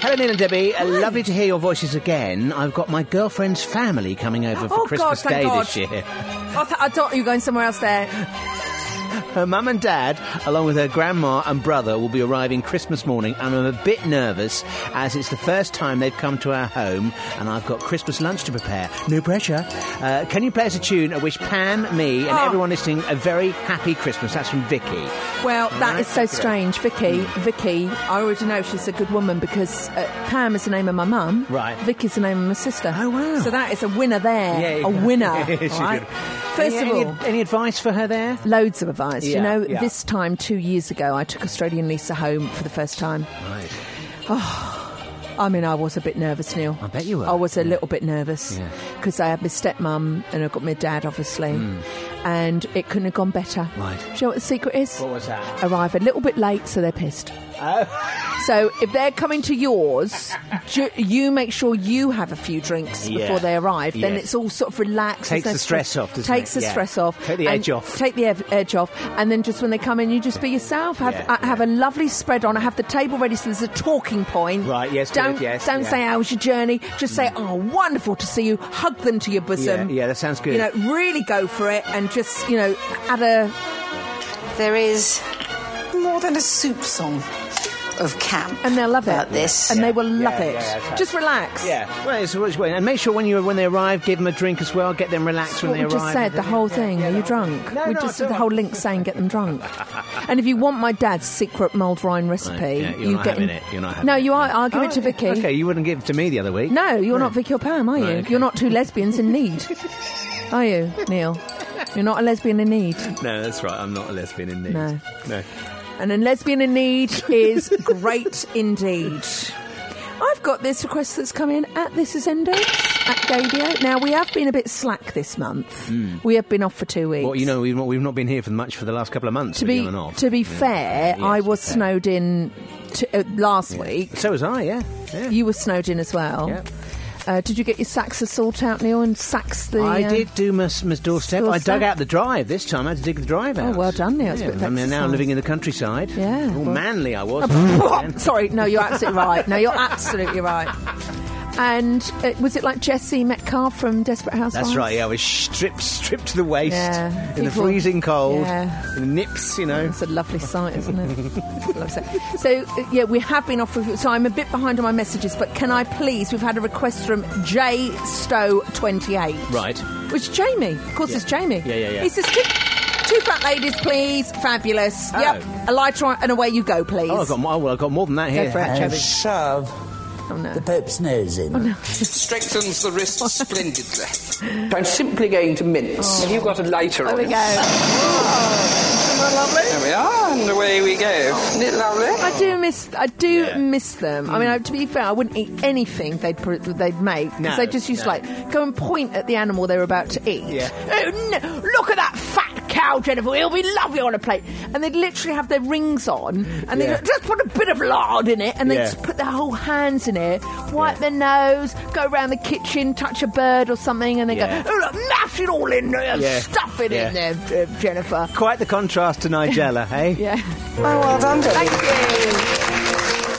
Speaker 2: Hello, Neil and Debbie. Uh, lovely to hear your voices again. I've got my girlfriend's family coming over for
Speaker 3: Oh, God,
Speaker 2: Christmas
Speaker 3: thank
Speaker 2: Day
Speaker 3: God.
Speaker 2: this year.
Speaker 3: I, th- I thought you were going somewhere else there.
Speaker 2: Her mum and dad, along with her grandma and brother, will be arriving Christmas morning, and I'm a bit nervous as it's the first time they've come to our home, and I've got Christmas lunch to prepare. No pressure. Uh, can you play us a tune? I wish Pam, me, and
Speaker 3: Oh.
Speaker 2: everyone listening a very happy Christmas. That's from Vicky.
Speaker 3: Well, that
Speaker 2: Right. Hmm.
Speaker 3: is so strange, Vicky. Vicky, I already know she's a good woman because uh, Pam is the name of my mum.
Speaker 2: Right.
Speaker 3: Vicky's the name of my sister. Oh
Speaker 2: wow!
Speaker 3: So that is a winner there.
Speaker 2: Yeah,
Speaker 3: a
Speaker 2: yeah.
Speaker 3: winner.
Speaker 2: Yeah, she
Speaker 3: all right?
Speaker 2: could.
Speaker 3: First
Speaker 2: Any-
Speaker 3: of
Speaker 2: any-
Speaker 3: all,
Speaker 2: any advice for her there?
Speaker 3: Loads of advice.
Speaker 2: Yeah,
Speaker 3: you know,
Speaker 2: yeah.
Speaker 3: this time two years ago, I took Australian Lisa home for the first time.
Speaker 2: Right.
Speaker 3: I mean, I was a bit nervous, Neil.
Speaker 2: I bet you were.
Speaker 3: I was a little bit nervous
Speaker 2: Yeah.
Speaker 3: because I had my stepmom and I got my dad, obviously, and it couldn't have gone better.
Speaker 2: Hmm. Right.
Speaker 3: Do you know what the secret is?
Speaker 2: What was that?
Speaker 3: Arrive a little bit late, so they're pissed.
Speaker 2: Oh.
Speaker 3: So if they're coming to yours, ju- you make sure you have a few drinks
Speaker 2: Yeah.
Speaker 3: before they arrive. Then
Speaker 2: Yes.
Speaker 3: it's all sort of relaxed.
Speaker 2: Takes
Speaker 3: There's no
Speaker 2: the stress off, doesn't
Speaker 3: takes
Speaker 2: it?
Speaker 3: the
Speaker 2: Yeah.
Speaker 3: stress off.
Speaker 2: Take the
Speaker 3: and
Speaker 2: edge off.
Speaker 3: Take the ev- edge off. And then just when they come in, you just be yourself. Have
Speaker 2: Yeah,
Speaker 3: uh, have a lovely spread on. I have the table ready, so there's a talking point.
Speaker 2: Right, yes, good,
Speaker 3: Don't
Speaker 2: yes,
Speaker 3: don't
Speaker 2: yeah. Mm.
Speaker 3: say how was your journey. Just say, oh, wonderful to see you. Hug them to your bosom.
Speaker 2: Yeah, yeah, that sounds good.
Speaker 3: You know, really go for it, and just you know, add a.
Speaker 1: There is more than a soup song of camp.
Speaker 3: And they'll love
Speaker 1: about
Speaker 3: it.
Speaker 1: this.
Speaker 3: And they will
Speaker 2: Yeah,
Speaker 3: love
Speaker 2: yeah,
Speaker 3: it.
Speaker 2: that's right.
Speaker 3: Just relax.
Speaker 2: Yeah, well, it's always And make sure when you when they arrive, give them a drink as well. Get them relaxed when
Speaker 3: what
Speaker 2: they
Speaker 3: we
Speaker 2: arrive.
Speaker 3: just said, the whole thing. Are you drunk?
Speaker 2: No,
Speaker 3: we
Speaker 2: no,
Speaker 3: just
Speaker 2: I
Speaker 3: did the
Speaker 2: don't.
Speaker 3: whole link saying get them drunk. and if you want my dad's secret mulled rind recipe,
Speaker 2: Right, yeah, you're
Speaker 3: you
Speaker 2: not
Speaker 3: get
Speaker 2: having it. You're not having
Speaker 3: no,
Speaker 2: it.
Speaker 3: you are. I'll give
Speaker 2: Oh,
Speaker 3: it to Vicky.
Speaker 2: Okay, you wouldn't give it to me the other week.
Speaker 3: No, you're not Vicky or Pam, are you?
Speaker 2: Right, okay.
Speaker 3: You're not two lesbians in need, are you, Neil? You're not a lesbian in need.
Speaker 2: No, that's right. I'm not a lesbian in need.
Speaker 3: No.
Speaker 2: No.
Speaker 3: And a lesbian in need is great indeed. I've got this request that's come in at This Is Endo at Gadio. Now, we have been a bit slack this month.
Speaker 2: Mm.
Speaker 3: We have been off for two weeks.
Speaker 2: Well, you know, we've not, we've not been here for much for the last couple of months.
Speaker 3: to
Speaker 2: we've
Speaker 3: be
Speaker 2: been on and off.
Speaker 3: to be
Speaker 2: Yeah.
Speaker 3: fair, I was snowed in t uh, last week.
Speaker 2: So was I, yeah.
Speaker 3: You were snowed in as well.
Speaker 2: Yep.
Speaker 3: Uh, did you get your sax assault out, Neil, and sax the?
Speaker 2: I
Speaker 3: uh,
Speaker 2: did do my, my doorstep. I
Speaker 3: doorstep?
Speaker 2: dug out the drive this time. I had to dig the drive
Speaker 3: Oh,
Speaker 2: out.
Speaker 3: well done, Neil. It's a
Speaker 2: Yeah,
Speaker 3: bit of
Speaker 2: I'm now
Speaker 3: exercise.
Speaker 2: living in the countryside.
Speaker 3: Yeah.
Speaker 2: All
Speaker 3: well-
Speaker 2: manly I was. Mm.
Speaker 3: Oh, Sorry, no, you're absolutely right. No, you're absolutely right. And uh, was it like Jesse Metcalf from Desperate Housewives?
Speaker 2: That's right. Yeah, I was stripped, stripped to the waist
Speaker 3: Yeah,
Speaker 2: in the
Speaker 3: people-
Speaker 2: freezing cold,
Speaker 3: yeah.
Speaker 2: in the nips. You know, it's
Speaker 3: a lovely sight, isn't it? Lovely sight. So uh, yeah, we have been off. With, so I'm a bit behind on my messages, but can I please? We've had a request from J Stowe 28.
Speaker 2: right.
Speaker 3: Which is Jamie. Of course,
Speaker 2: Yeah.
Speaker 3: it's Jamie.
Speaker 2: Yeah, yeah, yeah.
Speaker 3: He says, two, two fat ladies, please. Fabulous.
Speaker 2: Oh.
Speaker 3: Yep. A lighter on, and away you go, please.
Speaker 2: Oh, I've got more. Well, I've got more than that
Speaker 3: Go
Speaker 2: here.
Speaker 3: for it, And Chubby.
Speaker 13: shove
Speaker 3: the
Speaker 13: Pope's nose in.
Speaker 14: Strengthens the wrist splendidly. I'm simply going to
Speaker 12: Oh.
Speaker 14: mince. Have you got a lighter
Speaker 3: There
Speaker 14: on?
Speaker 3: we go.
Speaker 14: There we are, and away we go. Isn't it lovely?
Speaker 3: I
Speaker 2: Oh.
Speaker 3: do miss. I do miss them. I mean, I, to be fair, I wouldn't eat anything they'd put, they'd make 'cause
Speaker 2: No,
Speaker 3: they just used to
Speaker 2: no.
Speaker 3: like go and point at the animal they were about to eat.
Speaker 2: Yeah.
Speaker 3: Oh, no, look at that fat cow, Jennifer. It'll be lovely on a plate. And they'd literally have their rings on, and they
Speaker 2: Yeah.
Speaker 3: would just put a bit of lard in it, and they
Speaker 2: Yeah.
Speaker 3: would just put their whole hands in it, wipe their nose, go around the kitchen, touch a bird or something, and they
Speaker 2: Yeah.
Speaker 3: go, oh, look, mash it all in there,
Speaker 2: Yeah.
Speaker 3: stuff it in
Speaker 2: Yeah.
Speaker 3: there, uh, Jennifer.
Speaker 2: Quite the contrast to Nigella, hey?
Speaker 3: Yeah.
Speaker 13: well done, Jennifer.
Speaker 3: Thank you.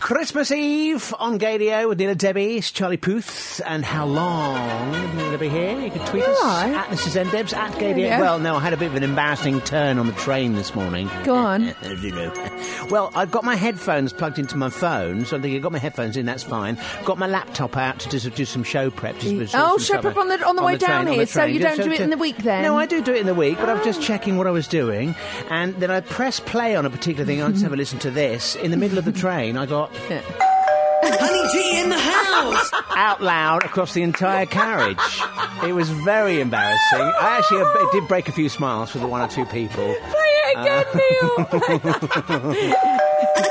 Speaker 2: Christmas Eve on Gadio with Nina Debbie, it's Charlie Puth, and how long will Nina Debbie here? You can tweet us at this is Ndebs at Gadio.
Speaker 3: Yeah.
Speaker 2: Well, no, I had a bit of an embarrassing turn on the train this morning.
Speaker 3: Go on.
Speaker 2: You know. well, I've got my headphones plugged into my phone, so I think I've got my headphones in. That's fine. Got my laptop out to do, do some show prep. Just, just some
Speaker 3: Oh, show
Speaker 2: stuff
Speaker 3: prep on the- on the way
Speaker 2: train,
Speaker 3: down
Speaker 2: on the
Speaker 3: here, so
Speaker 2: train.
Speaker 3: you
Speaker 2: Just-
Speaker 3: don't do it in the week then? Oh.
Speaker 2: No, I do do it in the week, but I was just checking what I was doing, and then I press play on a particular thing. I just have a listen to this in the middle of the train. I got.
Speaker 6: Honey G in the house.
Speaker 2: out loud across the entire carriage. It was very embarrassing. I actually uh, it did break a few smiles for the one or two people.
Speaker 3: Play
Speaker 2: Neil.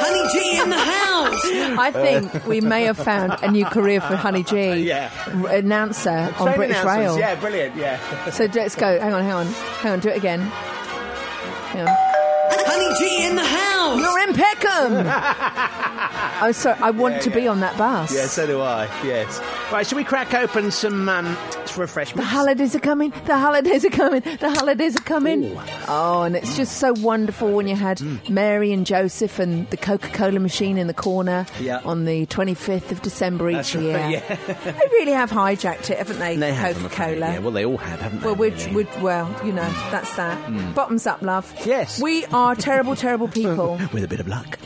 Speaker 6: Honey G in the house.
Speaker 3: I think we may have found a new career for Honey G,
Speaker 2: Yeah.
Speaker 3: r- announcer on British Rail.
Speaker 2: Yeah, brilliant. Yeah.
Speaker 3: So let's go. Hang on, hang on, hang on. Do it again. Hang on.
Speaker 6: Honey G in the house.
Speaker 3: You're in Peckham. I'm sorry. I want
Speaker 2: Yeah,
Speaker 3: to be
Speaker 2: yeah.
Speaker 3: on that bus.
Speaker 2: Yeah, so do I. Yes. Right, should we crack open some um,
Speaker 3: The
Speaker 2: refreshments?
Speaker 3: holidays are coming. The holidays are coming. The holidays are coming. Oh, and it's just so wonderful when you had
Speaker 2: Mm.
Speaker 3: Mary and Joseph and the Coca-Cola machine in the corner
Speaker 2: Yeah.
Speaker 3: on the 25th of December each
Speaker 2: That's
Speaker 3: year.
Speaker 2: right, yeah.
Speaker 3: They really have hijacked it, haven't they?
Speaker 2: They have, I'm
Speaker 3: Coca-Cola.
Speaker 2: afraid. Yeah, well, they all have, haven't they?
Speaker 3: Well, we're,
Speaker 2: really?
Speaker 3: we're, well, you know, that's that.
Speaker 2: Mm.
Speaker 3: Bottoms up, love.
Speaker 2: Yes.
Speaker 3: We are terrible, terrible people.
Speaker 2: With a bit of luck.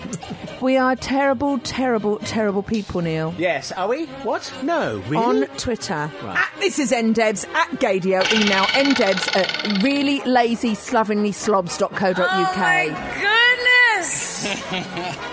Speaker 3: We are terrible, terrible, terrible people, Neil.
Speaker 2: Yes, are we? What? No, really?
Speaker 3: On Twitter.
Speaker 2: Right.
Speaker 3: At this is ndebs at gadio. Email ndebs at reallylazyslovanlyslobs.co.uk.
Speaker 9: Goodness!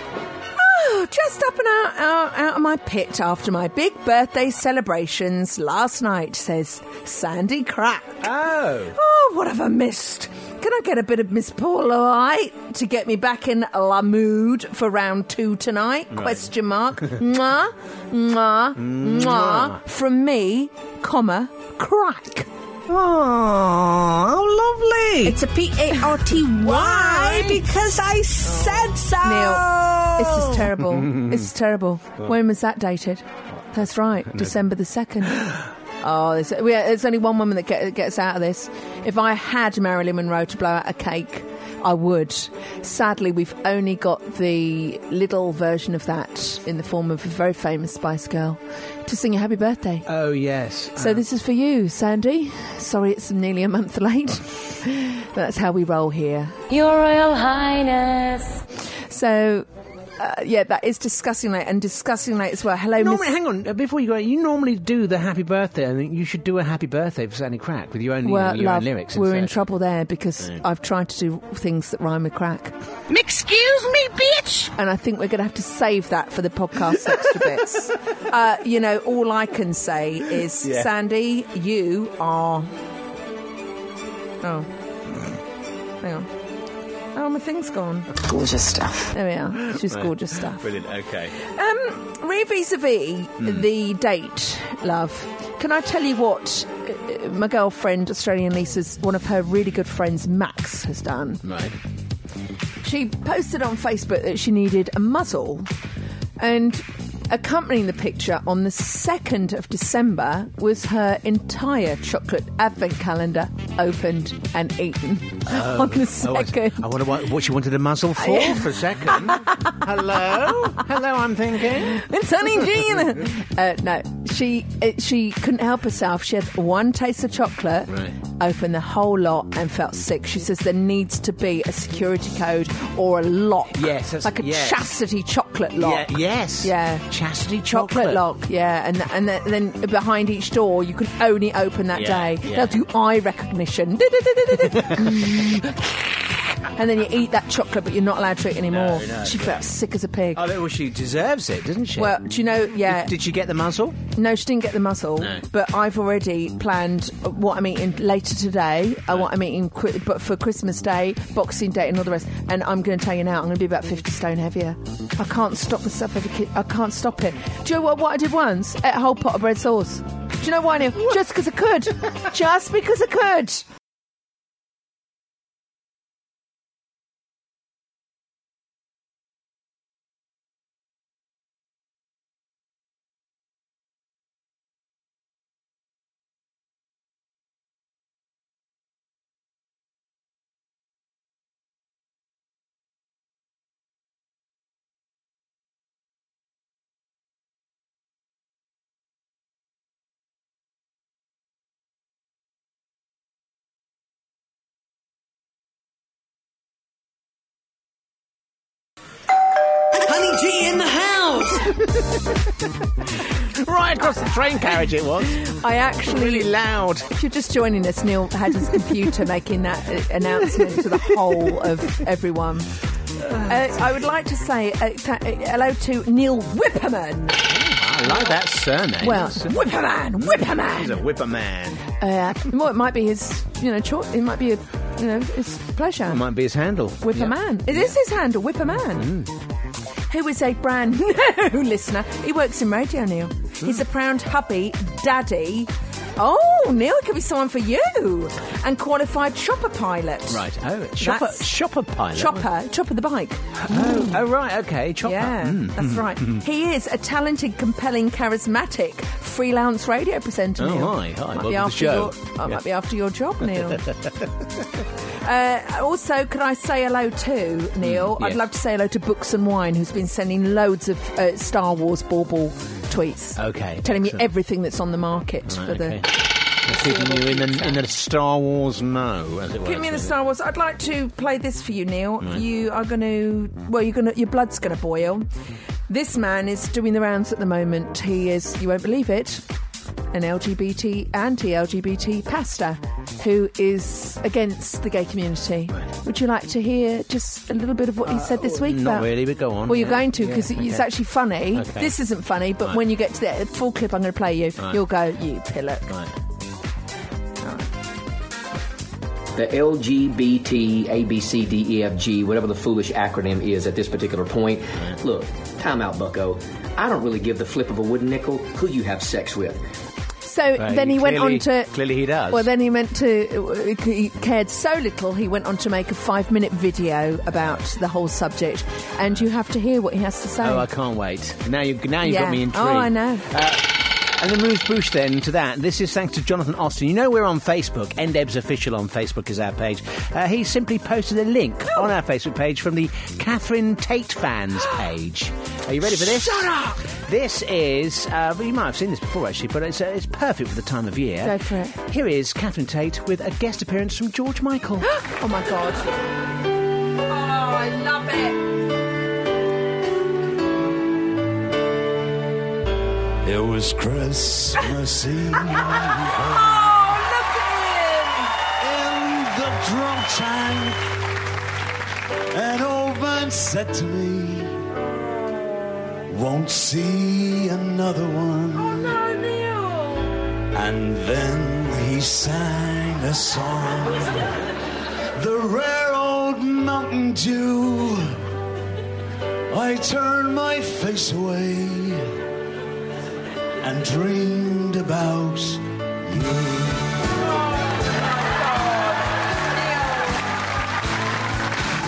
Speaker 3: Oh, just up and out, out, out of my pit after my big birthday celebrations last night, says Sandy Crack.
Speaker 2: Oh.
Speaker 3: Oh, what have I missed? Can I get a bit of Miss Paulite to get me back in la mood for round two tonight?
Speaker 9: Right.
Speaker 3: Question mark. mwah, mwah, mwah.
Speaker 9: Mwah.
Speaker 3: From me, comma, crack.
Speaker 9: Oh, how lovely! It's a P A R T Y because I said so.
Speaker 3: Neil, this is terrible. this is terrible.
Speaker 9: Oh.
Speaker 3: When was that dated? That's right, December the 2nd. Oh, there's, we, there's only one woman that get, gets out of this. If I had Marilyn Monroe to blow out a cake, I would. Sadly, we've only got the little version of that in the form of a very famous Spice Girl to sing a happy birthday.
Speaker 2: Oh, yes.
Speaker 3: So this is for you, Sandy. Sorry it's nearly a month late. That's how we roll here.
Speaker 15: Your Royal Highness.
Speaker 3: So, uh, yeah, that is discussing night and discussing night as well. Hello,
Speaker 2: You
Speaker 3: Miss.
Speaker 2: normally, hang on, uh, before you go, you normally do the happy birthday. I think you should do a happy birthday for Sandy Crack with your own, you know,
Speaker 3: well,
Speaker 2: your own
Speaker 3: love,
Speaker 2: lyrics.
Speaker 3: we're in
Speaker 2: instead.
Speaker 3: trouble there because
Speaker 2: Yeah.
Speaker 3: I've tried to do things that rhyme with crack.
Speaker 9: Excuse me, bitch!
Speaker 3: And I think we're going to have to save that for the podcast extra bits. Uh, you know, all I can say is,
Speaker 9: Yeah.
Speaker 3: Sandy, you are. Oh. Hang on. Oh, my thing's gone.
Speaker 1: Gorgeous stuff.
Speaker 3: There we are. She's
Speaker 2: Right.
Speaker 3: gorgeous stuff.
Speaker 2: Brilliant, okay.
Speaker 3: Um, re vis a vis
Speaker 2: Mm.
Speaker 3: the date, love. Can I tell you what uh, my girlfriend, Australian Lisa's, one of her really good friends, Max, has done?
Speaker 2: Right.
Speaker 3: She posted on Facebook that she needed a muzzle, and accompanying the picture on the 2nd of December was her entire chocolate advent calendar opened and eaten on the
Speaker 2: Oh, I-
Speaker 3: 2nd.
Speaker 2: I wonder what, what she wanted a muzzle for
Speaker 3: Yeah.
Speaker 2: for a second. Hello? Hello, I'm thinking.
Speaker 3: It's Honey Jean. uh, no, she uh, she couldn't help herself. She had one taste of chocolate,
Speaker 9: Right.
Speaker 3: opened the whole lot, and felt sick. She says there needs to be a security code or a lock.
Speaker 2: Yes, that's-
Speaker 3: like a
Speaker 2: yes. e-
Speaker 3: chastity chocolate lock.
Speaker 2: Ye- yes.
Speaker 3: yeah,
Speaker 2: chastity
Speaker 3: chocolate, lock. Yeah, and and th- then behind each door you can only open that
Speaker 9: Yeah,
Speaker 3: day.
Speaker 9: yeah.
Speaker 3: They'll do eye recognition. And then you eat that chocolate, but you're not allowed to eat anymore.
Speaker 2: no,
Speaker 3: she
Speaker 2: yeah.
Speaker 3: felt sick as a pig.
Speaker 2: Oh, well, she deserves it, doesn't she?
Speaker 3: Well, do you know? Yeah.
Speaker 2: Did she get the muzzle?
Speaker 3: No, she didn't get the muzzle.
Speaker 2: No.
Speaker 3: But I've already planned what I'm eating later today. I want I'm eating, qui- but for Christmas Day, Boxing Day, and all the rest. And I'm going to tell you now, I'm going to be about 50 stone heavier. I can't stop myself. Every ki- I can't stop it. Do you know what, what I did once? Ate a whole pot of bread sauce. Do you know why, Neil? Just because I could. Just because I could.
Speaker 6: Honey G in the house.
Speaker 2: right across the train carriage it was.
Speaker 3: I actually
Speaker 2: really loud.
Speaker 3: If you're just joining us, Neil had his computer making that uh, announcement to the whole of everyone. Uh, I would like to say uh, th- uh, hello to Neil Whipperman.
Speaker 2: I like that surname.
Speaker 3: Well,
Speaker 2: It's-
Speaker 3: Whipperman, Whipperman.
Speaker 2: He's a whipperman.
Speaker 3: Uh, well, it might be his, you know, cho- it might be, a, you know, his pleasure.
Speaker 2: That might be his handle. Yeah. Mm.
Speaker 3: Whipperman. It is his handle, Whipperman. Who is a brand new listener. He works in radio, Neil. He's a proud hubby, daddy. Oh, Neil, it could be someone for you. And qualified chopper pilot.
Speaker 2: Right. Oh, chopper,
Speaker 3: That's-
Speaker 2: chopper pilot.
Speaker 3: Chopper, chopper the bike.
Speaker 2: Oh, oh, right. Okay, chopper.
Speaker 3: Yeah,
Speaker 2: Mm,
Speaker 3: that's
Speaker 2: mm,
Speaker 3: right.
Speaker 2: mm.
Speaker 3: He is a talented, compelling, charismatic freelance radio presenter.
Speaker 2: Oh,
Speaker 3: Neil.
Speaker 2: hi, hi,
Speaker 3: Might
Speaker 2: welcome
Speaker 3: be
Speaker 2: to
Speaker 3: after
Speaker 2: the show.
Speaker 3: Your, oh,
Speaker 2: Yeah.
Speaker 3: Might be after your job, Neil. Uh, also, could I say hello to Neil?
Speaker 9: Mm,
Speaker 3: I'd
Speaker 9: yes.
Speaker 3: love to say hello to Books and Wine, who's been sending loads of uh, Star Wars bauble tweets.
Speaker 2: Mm, Okay,
Speaker 3: Telling me
Speaker 2: excellent.
Speaker 3: everything that's on the market
Speaker 2: Right,
Speaker 3: for the.
Speaker 2: okay. That's keeping you in the, in the Star Wars know, as it were.
Speaker 3: Give me the Star Wars. I'd like to play this for you, Neil.
Speaker 2: Right.
Speaker 3: You are going to. Well, you're going to. Your blood's going to boil. This man is doing the rounds at the moment. He is. You won't believe it. An LGBT anti-LGBT pastor who is against the gay community. Would you like to hear just a little bit of what he said this week?
Speaker 2: Uh, Not
Speaker 3: about?
Speaker 2: really, but go on.
Speaker 3: Well, you're
Speaker 2: Yeah,
Speaker 3: going to because
Speaker 2: yeah,
Speaker 3: it's
Speaker 2: okay.
Speaker 3: actually funny.
Speaker 2: Okay.
Speaker 3: This isn't funny, but
Speaker 2: Right.
Speaker 3: when you get to the full clip, I'm going to play you.
Speaker 15: Right.
Speaker 3: You'll go, you pillock.
Speaker 15: The LGBT ABCDEFG, E whatever the foolish acronym is at this particular point. Look, time out, bucko. I don't really give the flip of a wooden nickel who you have sex with.
Speaker 3: So then he went on to
Speaker 2: Clearly, he does.
Speaker 3: Well, then he meant to. He cared so little, he went on to make a five minute video about the whole subject. And you have to hear what he has to say.
Speaker 2: Oh, I can't wait. Now you've now you've
Speaker 3: Yeah.
Speaker 2: got me intrigued. Uh,
Speaker 3: Oh, I know.
Speaker 2: And then moves Bush then to that. This is thanks to Jonathan Austin. You know we're on Facebook. NDeb's official on Facebook is our page. Uh, he simply posted a link on our Facebook page from the Catherine Tate fans page. Are you ready for this? Shut up! This is. Uh, well, you might have seen this before actually, but it's uh, it's perfect for the time of year.
Speaker 3: Go for it.
Speaker 2: Here is Catherine Tate with a guest appearance from George Michael.
Speaker 3: oh my God. Oh, I love it.
Speaker 16: It was Christmas Eve.
Speaker 9: Oh,
Speaker 16: In the drum time, an old man said to me, Won't see another one. And then he sang a song. the rare old Mountain Dew. I turned my face away and dreamed about you.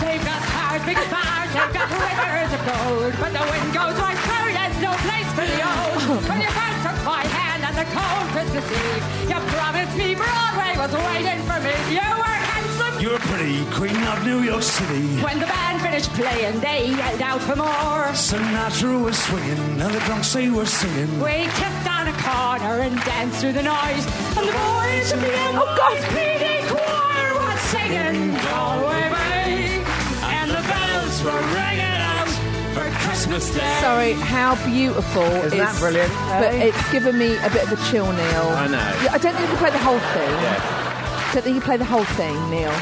Speaker 9: They've got cars, big cars, they've got rivers of gold. But the wind goes right through, there's no place for the old. When you first took my hand on the cold Christmas Eve, you promised me Broadway was waiting for me. You were handsome.
Speaker 16: You're pretty queen of New York City.
Speaker 9: When the band finished playing, they yelled out for more.
Speaker 16: Sinatra was swinging, and the drunks they were singing.
Speaker 9: We kissed on a corner and danced through the noise. And the boys of the oh God, PD choir was singing Galway Bay. And the bells were ringing out for Christmas Day.
Speaker 3: Sorry, how beautiful is
Speaker 9: Isn't that brilliant?
Speaker 3: But it's given me a bit of a chill, Neil. I
Speaker 2: know.
Speaker 3: Yeah, I don't think you play the whole thing. Don't think you play the whole thing, Neil.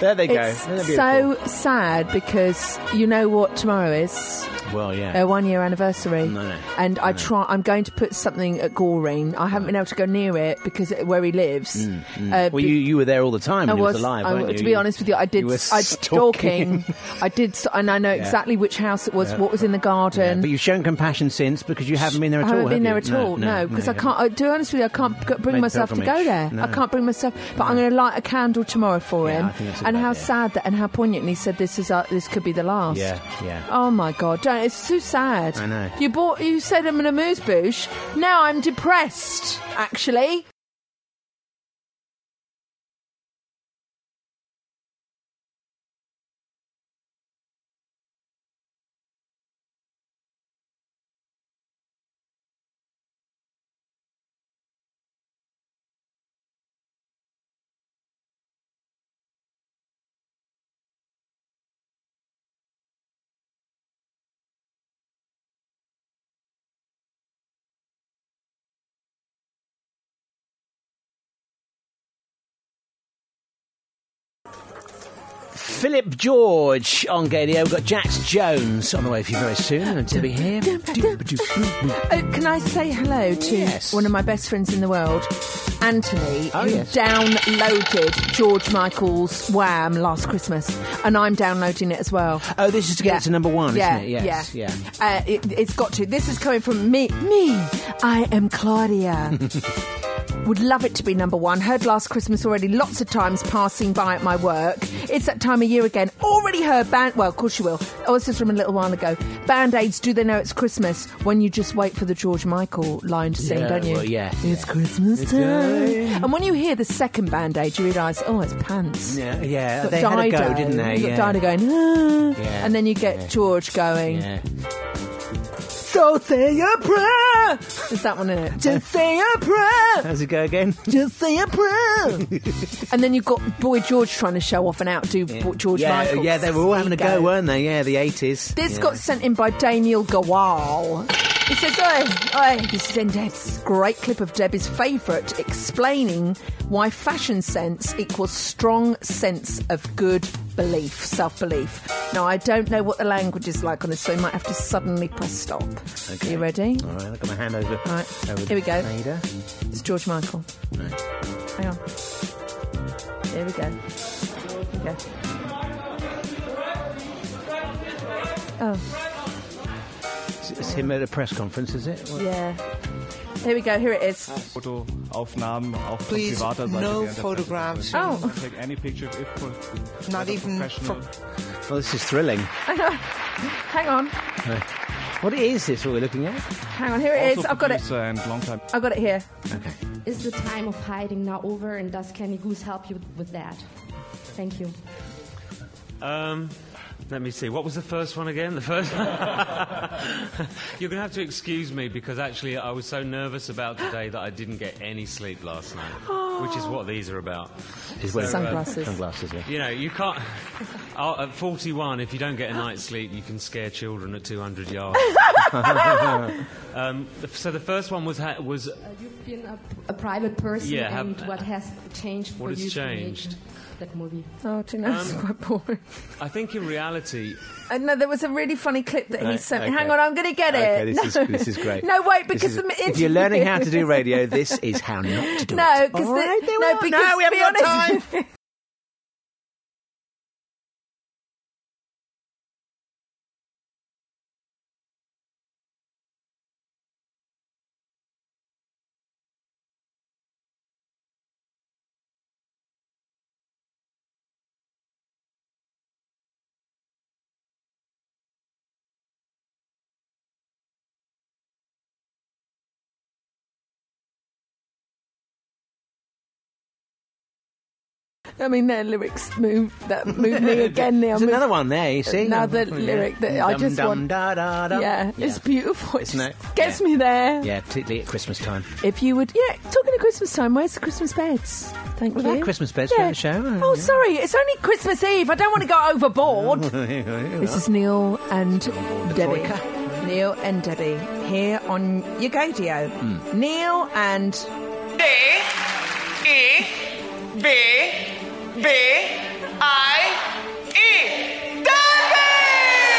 Speaker 2: There they go.
Speaker 3: It's
Speaker 2: Isn't that beautiful?
Speaker 3: so sad because you know what tomorrow is.
Speaker 2: Well, yeah.
Speaker 3: Her one year anniversary.
Speaker 2: No, no.
Speaker 3: And I
Speaker 2: No.
Speaker 3: try. I'm going to put something at Goring. I haven't been able to go near it because it, where he lives.
Speaker 2: Mm, mm.
Speaker 3: Uh,
Speaker 2: well, you, you were there all the time.
Speaker 3: I
Speaker 2: when he
Speaker 3: was,
Speaker 2: was alive.
Speaker 3: I-
Speaker 2: weren't you?
Speaker 3: to be honest with you, I did.
Speaker 2: You were
Speaker 3: I
Speaker 2: stalking.
Speaker 3: stalking. I did, st- and I know
Speaker 2: Yeah.
Speaker 3: exactly which house it was,
Speaker 2: Yeah.
Speaker 3: what was in the garden.
Speaker 2: But you've shown compassion since because you haven't been there at
Speaker 3: I
Speaker 2: all.
Speaker 3: haven't been there
Speaker 2: have
Speaker 3: at
Speaker 2: you?
Speaker 3: all. No, because I can't. I, to be honest with you, I can't g-
Speaker 2: Made
Speaker 3: bring
Speaker 2: the
Speaker 3: myself to go
Speaker 2: pilgrimage.
Speaker 3: there.
Speaker 2: No.
Speaker 3: I can't bring myself. But I'm going to light a candle tomorrow for
Speaker 2: Yeah,
Speaker 3: him.
Speaker 2: I think that's a
Speaker 3: and
Speaker 2: good
Speaker 3: how
Speaker 2: idea.
Speaker 3: sad that, and how poignantly said this is. Our, this could be the last.
Speaker 2: Yeah, yeah.
Speaker 3: Oh my god, don't, it's too sad.
Speaker 2: I know.
Speaker 3: You bought. You said I'm an amuse bouche. Now I'm depressed. Actually.
Speaker 2: Philip George on Gadio. We've got Jax Jones on the way for you very soon. And to be here.
Speaker 3: Oh, can I say hello to one of my best friends in the world, Anthony,
Speaker 2: Oh,
Speaker 3: who
Speaker 2: yes.
Speaker 3: downloaded George Michael's Wham last Christmas, and I'm downloading it as well.
Speaker 2: Oh, this is to get
Speaker 3: Yeah.
Speaker 2: it to number one,
Speaker 3: yeah,
Speaker 2: isn't it? Yes,
Speaker 3: yeah,
Speaker 2: yeah.
Speaker 3: Uh, it, it's got to. This is coming from me. Me, I am Claudia. Would love it to be number one. Heard last Christmas already lots of times passing by at my work. It's that time of year again. Already heard band. Well, of course you will. Oh, this is from a little while ago. Band aids, do they know it's Christmas when you just wait for the George Michael line to sing,
Speaker 2: Yeah,
Speaker 3: don't you?
Speaker 2: Uh, well, yeah,
Speaker 3: It's Christmas time. And when you hear the second band aid, you realise, oh, it's pants.
Speaker 2: Yeah, yeah,
Speaker 3: You've got
Speaker 2: they had a go,
Speaker 3: Dido.
Speaker 2: didn't they?
Speaker 3: You've got
Speaker 2: Yeah.
Speaker 3: Dido going, ah.
Speaker 2: Yeah,
Speaker 3: and then you get
Speaker 2: yeah.
Speaker 3: George going,
Speaker 2: Yeah.
Speaker 3: so say a prayer. Is that one in it? Just say a prayer.
Speaker 2: How's it go again?
Speaker 3: Just say a prayer. and then you've got Boy George trying to show off and outdo Boy George
Speaker 2: yeah,
Speaker 3: Michael.
Speaker 2: yeah, they were all having a go, weren't they? Yeah, the 80s.
Speaker 3: This
Speaker 2: yeah.
Speaker 3: got sent in by Daniel Gawal. He says, Oi, oi, this is in Deb's. Great clip of Debbie's favourite explaining why fashion sense equals strong sense of good belief, self belief. Now, I don't know what the language is like on this, so you might have to suddenly press stop.
Speaker 2: Okay.
Speaker 3: You ready?
Speaker 2: All right, I've got my hand over.
Speaker 3: All right,
Speaker 2: over
Speaker 3: here we go.
Speaker 2: Ada.
Speaker 3: It's George Michael.
Speaker 2: Right.
Speaker 3: Hang on. Here we go. Here we go. Oh,
Speaker 2: It's, it's him at a press conference, is it?
Speaker 3: yeah. Here we go. Here it is.
Speaker 17: Fotoaufnahmen auch von
Speaker 18: Please,
Speaker 17: privater Seite.
Speaker 18: no
Speaker 17: während der
Speaker 18: photographs.
Speaker 17: Präsentation.
Speaker 18: Oh.
Speaker 17: Take any picture if pro-
Speaker 18: Not even
Speaker 17: professional.
Speaker 2: Well, this is thrilling.
Speaker 3: I know. Hang on.
Speaker 2: Right. What is this? What we're looking at?
Speaker 3: Hang on. Here it is.
Speaker 17: Also
Speaker 3: I've got it.
Speaker 17: producer and longtime-
Speaker 3: I've got it here.
Speaker 19: Is the time of hiding now over, and does Candy Goose help you with that? Thank you.
Speaker 20: Um,
Speaker 18: Let me see. What was the first one again? The first. You're going to have to excuse me because actually I was so nervous about today that I didn't get any sleep last night, which is what these are about.
Speaker 2: He's wearing
Speaker 18: So, uh,
Speaker 2: Sunglasses, yeah.
Speaker 18: You know, you can't. Oh, at 41, if you don't get a night's sleep, you can scare children at 200 yards. um, so the first one was ha- was
Speaker 19: Uh, You've been a, a private person,
Speaker 18: Yeah, have-
Speaker 19: and what has changed for
Speaker 18: What has
Speaker 19: you to make
Speaker 18: changed?
Speaker 19: that movie?
Speaker 3: Oh, do you know, it's
Speaker 18: Um,
Speaker 3: quite boring.
Speaker 18: I think in reality
Speaker 3: Uh, no, there was a really funny clip that he
Speaker 2: Right,
Speaker 3: sent.
Speaker 2: okay.
Speaker 3: Hang on, I'm going to get
Speaker 2: Okay,
Speaker 3: it.
Speaker 2: this,
Speaker 3: no.
Speaker 2: is, this is great.
Speaker 3: No, wait,
Speaker 2: This
Speaker 3: because
Speaker 2: is-
Speaker 3: the
Speaker 2: if you're learning how to do radio, this is how not to do it.
Speaker 3: No, because
Speaker 2: All
Speaker 3: the-
Speaker 2: right, there we
Speaker 3: no,
Speaker 2: are.
Speaker 3: because
Speaker 2: No, we
Speaker 3: to be
Speaker 2: haven't got
Speaker 3: honest- I mean, their lyrics move that move me again. Neil.
Speaker 2: There's
Speaker 3: Move-
Speaker 2: another one there, you see.
Speaker 3: Another
Speaker 2: Yeah.
Speaker 3: lyric that I
Speaker 2: Dum,
Speaker 3: just
Speaker 2: dum,
Speaker 3: want.
Speaker 2: Da, da, da.
Speaker 3: Yeah, it's beautiful. It
Speaker 2: Isn't
Speaker 3: just
Speaker 2: it?
Speaker 3: gets me there.
Speaker 2: Yeah, particularly at Christmas time.
Speaker 3: If you would, yeah, talking of Christmas time, where's the Christmas beds? Thank
Speaker 2: We've
Speaker 3: you.
Speaker 2: had Christmas beds
Speaker 3: Yeah.
Speaker 2: throughout the show.
Speaker 3: Oh, sorry, it's only Christmas Eve. I don't want to go overboard.
Speaker 2: Oh,
Speaker 3: This is Neil and Debbie. Neil and Debbie here on Yogadio.
Speaker 2: Hmm.
Speaker 3: Neil and
Speaker 6: D E B B I E.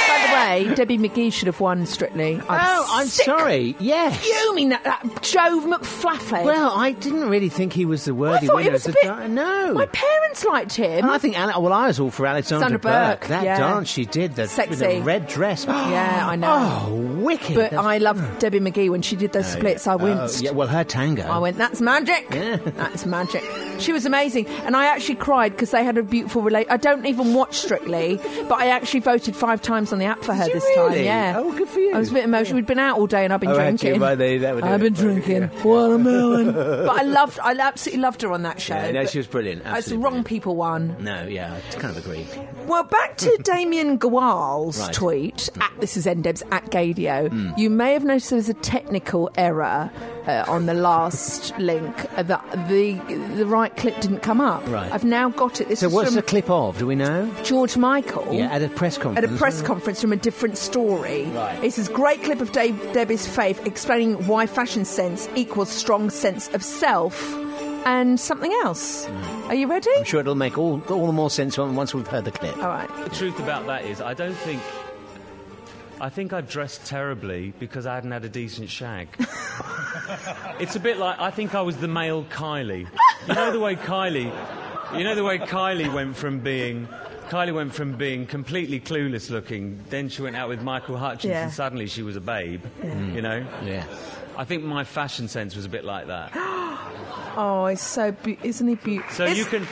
Speaker 3: by the way, Debbie McGee should have won Strictly. I'm
Speaker 2: Oh, I'm
Speaker 3: sick.
Speaker 2: sorry. Yes.
Speaker 3: Fuming at that Jove McFlaffy.
Speaker 2: Well, I didn't really think he was the worthy
Speaker 3: I thought
Speaker 2: winner.
Speaker 3: he was a
Speaker 2: as
Speaker 3: bit.
Speaker 2: di- no,
Speaker 3: my parents liked him.
Speaker 2: And I think Ale- well, I was all for Alexandra
Speaker 3: Sandra Burke,
Speaker 2: That
Speaker 3: yeah.
Speaker 2: dance she did, the, with
Speaker 3: Sexy.
Speaker 2: the red dress.
Speaker 3: yeah, I know.
Speaker 2: Oh, wicked!
Speaker 3: But
Speaker 2: That's-
Speaker 3: I loved Debbie McGee when she did those splits. I
Speaker 2: Oh,
Speaker 3: winced.
Speaker 2: yeah, well, her tango.
Speaker 3: I went, that's magic.
Speaker 2: Yeah.
Speaker 3: That's magic. She was amazing. And I actually cried because they had a beautiful relate. I don't even watch Strictly, but I actually voted five times on the app for her this time.
Speaker 2: really?
Speaker 3: Yeah.
Speaker 2: Oh, good for you.
Speaker 3: I was a bit emotional. We'd been out all day and I've been
Speaker 2: Oh, actually,
Speaker 3: drinking.
Speaker 2: by the- that would do
Speaker 3: I've
Speaker 2: it
Speaker 3: been
Speaker 2: for you,
Speaker 3: drinking watermelon. but I loved, I absolutely loved her on that show.
Speaker 2: Yeah, no,
Speaker 3: But
Speaker 2: she was brilliant.
Speaker 3: It's the
Speaker 2: Absolutely.
Speaker 3: wrong people won.
Speaker 2: No, yeah, I kind of agree.
Speaker 3: Well, back to Damien Gawal's
Speaker 2: Right. Hmm.
Speaker 3: tweet at this is Ndebs at Gadio. You may have noticed there was a technical error uh, on the last link uh, that the the right clip didn't come up.
Speaker 2: Right.
Speaker 3: I've now got it. This
Speaker 2: So,
Speaker 3: is
Speaker 2: what's
Speaker 3: from
Speaker 2: the clip of? Do we know?
Speaker 3: George Michael.
Speaker 2: Yeah, at a press
Speaker 3: At
Speaker 2: conference.
Speaker 3: a press conference from a different story.
Speaker 2: Right.
Speaker 3: It says, great clip of Dave Debbie's faith explaining why fashion sense equals strong sense of self and something else. Are you ready?
Speaker 2: Hmm. I'm sure it'll make all all the more sense when- once we've heard the clip.
Speaker 3: All right.
Speaker 18: The truth about that is, I don't think. I think I dressed terribly because I hadn't had a decent shag. it's a bit like I think I was the male Kylie. You know the way Kylie, you know the way Kylie went from being. Kylie went from being completely clueless looking, then she went out with Michael Hutchins,
Speaker 3: Yeah.
Speaker 18: and suddenly she was a babe. You know?
Speaker 2: Yeah. Mm.
Speaker 18: I think my fashion sense was a bit like that.
Speaker 3: Oh, it's so be- isn't he beautiful?
Speaker 18: So you can.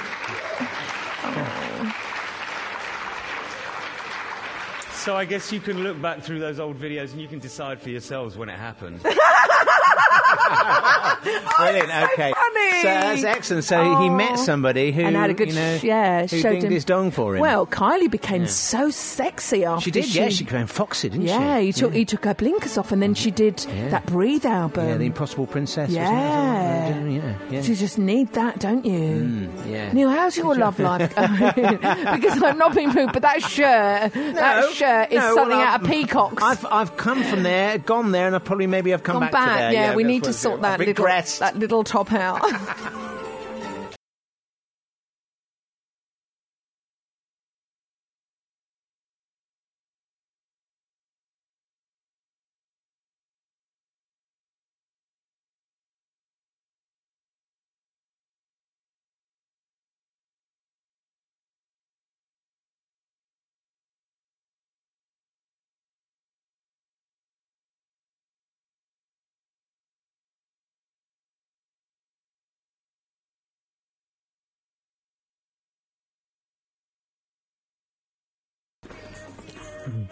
Speaker 18: So I guess you can look back through those old videos and you can decide for yourselves when it happened.
Speaker 2: Brilliant. okay.
Speaker 3: Oh, funny.
Speaker 2: So that's excellent. So he met somebody who
Speaker 3: and had a good
Speaker 2: you know,
Speaker 3: sh- yeah
Speaker 2: who
Speaker 3: showed
Speaker 2: dinged
Speaker 3: him
Speaker 2: his dong for him.
Speaker 3: Well, Kylie became
Speaker 2: Yeah.
Speaker 3: so sexy after
Speaker 2: she did.
Speaker 3: She,
Speaker 2: Yeah, she became foxy, didn't she?
Speaker 3: yeah, he took he took her blinkers off, and then she did
Speaker 2: Yeah.
Speaker 3: that breathe album.
Speaker 2: Yeah, the Impossible Princess.
Speaker 3: um, Yeah.
Speaker 2: Wasn't it? yeah, yeah.
Speaker 3: You just need that, don't you?
Speaker 2: yeah.
Speaker 3: Neil, how's your love life going? because I'm not being rude, but that shirt, that shirt is
Speaker 2: no,
Speaker 3: something
Speaker 2: well,
Speaker 3: out of
Speaker 2: I've-
Speaker 3: peacocks.
Speaker 2: I've I've come from there, gone there, and I probably maybe I've come
Speaker 3: gone
Speaker 2: back,
Speaker 3: back.
Speaker 2: to there.
Speaker 3: yeah, we
Speaker 2: that's
Speaker 3: need
Speaker 2: what
Speaker 3: to
Speaker 2: I've
Speaker 3: sort
Speaker 2: done.
Speaker 3: that
Speaker 2: I've
Speaker 3: little,
Speaker 2: regressed.
Speaker 3: that little top out.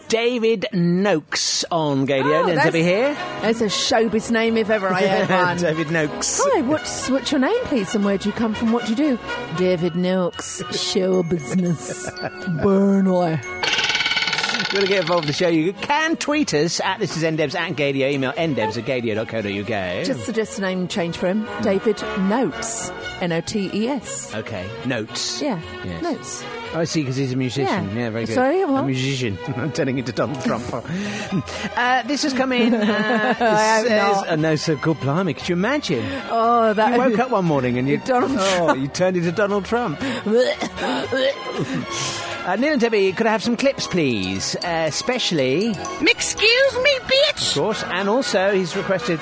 Speaker 2: David Noakes on Gadio.
Speaker 3: Oh,
Speaker 2: and
Speaker 3: that's-
Speaker 2: Debbie here.
Speaker 3: That's a showbiz name if ever I heard one.
Speaker 2: David Noakes.
Speaker 3: Hi, what's what's your name, please, and where do you come from? What do you do? David Noakes, show business, Burnley.
Speaker 2: you want to get involved with the show, you can tweet us at this is ndebs at gadio. Email ndebs at gadio.co.uk.
Speaker 3: Just suggest a name change for him.
Speaker 2: Hmm.
Speaker 3: David Notes. N O T E S.
Speaker 2: okay. Notes.
Speaker 3: Yeah.
Speaker 2: Yes.
Speaker 3: Notes.
Speaker 2: I see, because he's a musician.
Speaker 3: Yeah.
Speaker 2: Yeah, very good.
Speaker 3: Sorry,
Speaker 2: A
Speaker 3: what?
Speaker 2: musician. I'm turning into Donald Trump. uh, this has come in. Uh,
Speaker 3: I hope
Speaker 2: says,
Speaker 3: not.
Speaker 2: Oh, no, so good, blimey. Could you imagine?
Speaker 3: Oh, that.
Speaker 2: You woke up one morning and you
Speaker 3: Donald
Speaker 2: oh,
Speaker 3: Trump.
Speaker 2: you turned into Donald Trump. uh, Neil and Debbie, could I have some clips, please? Uh, especially,
Speaker 20: Excuse me, bitch!
Speaker 2: of course, and also he's requested.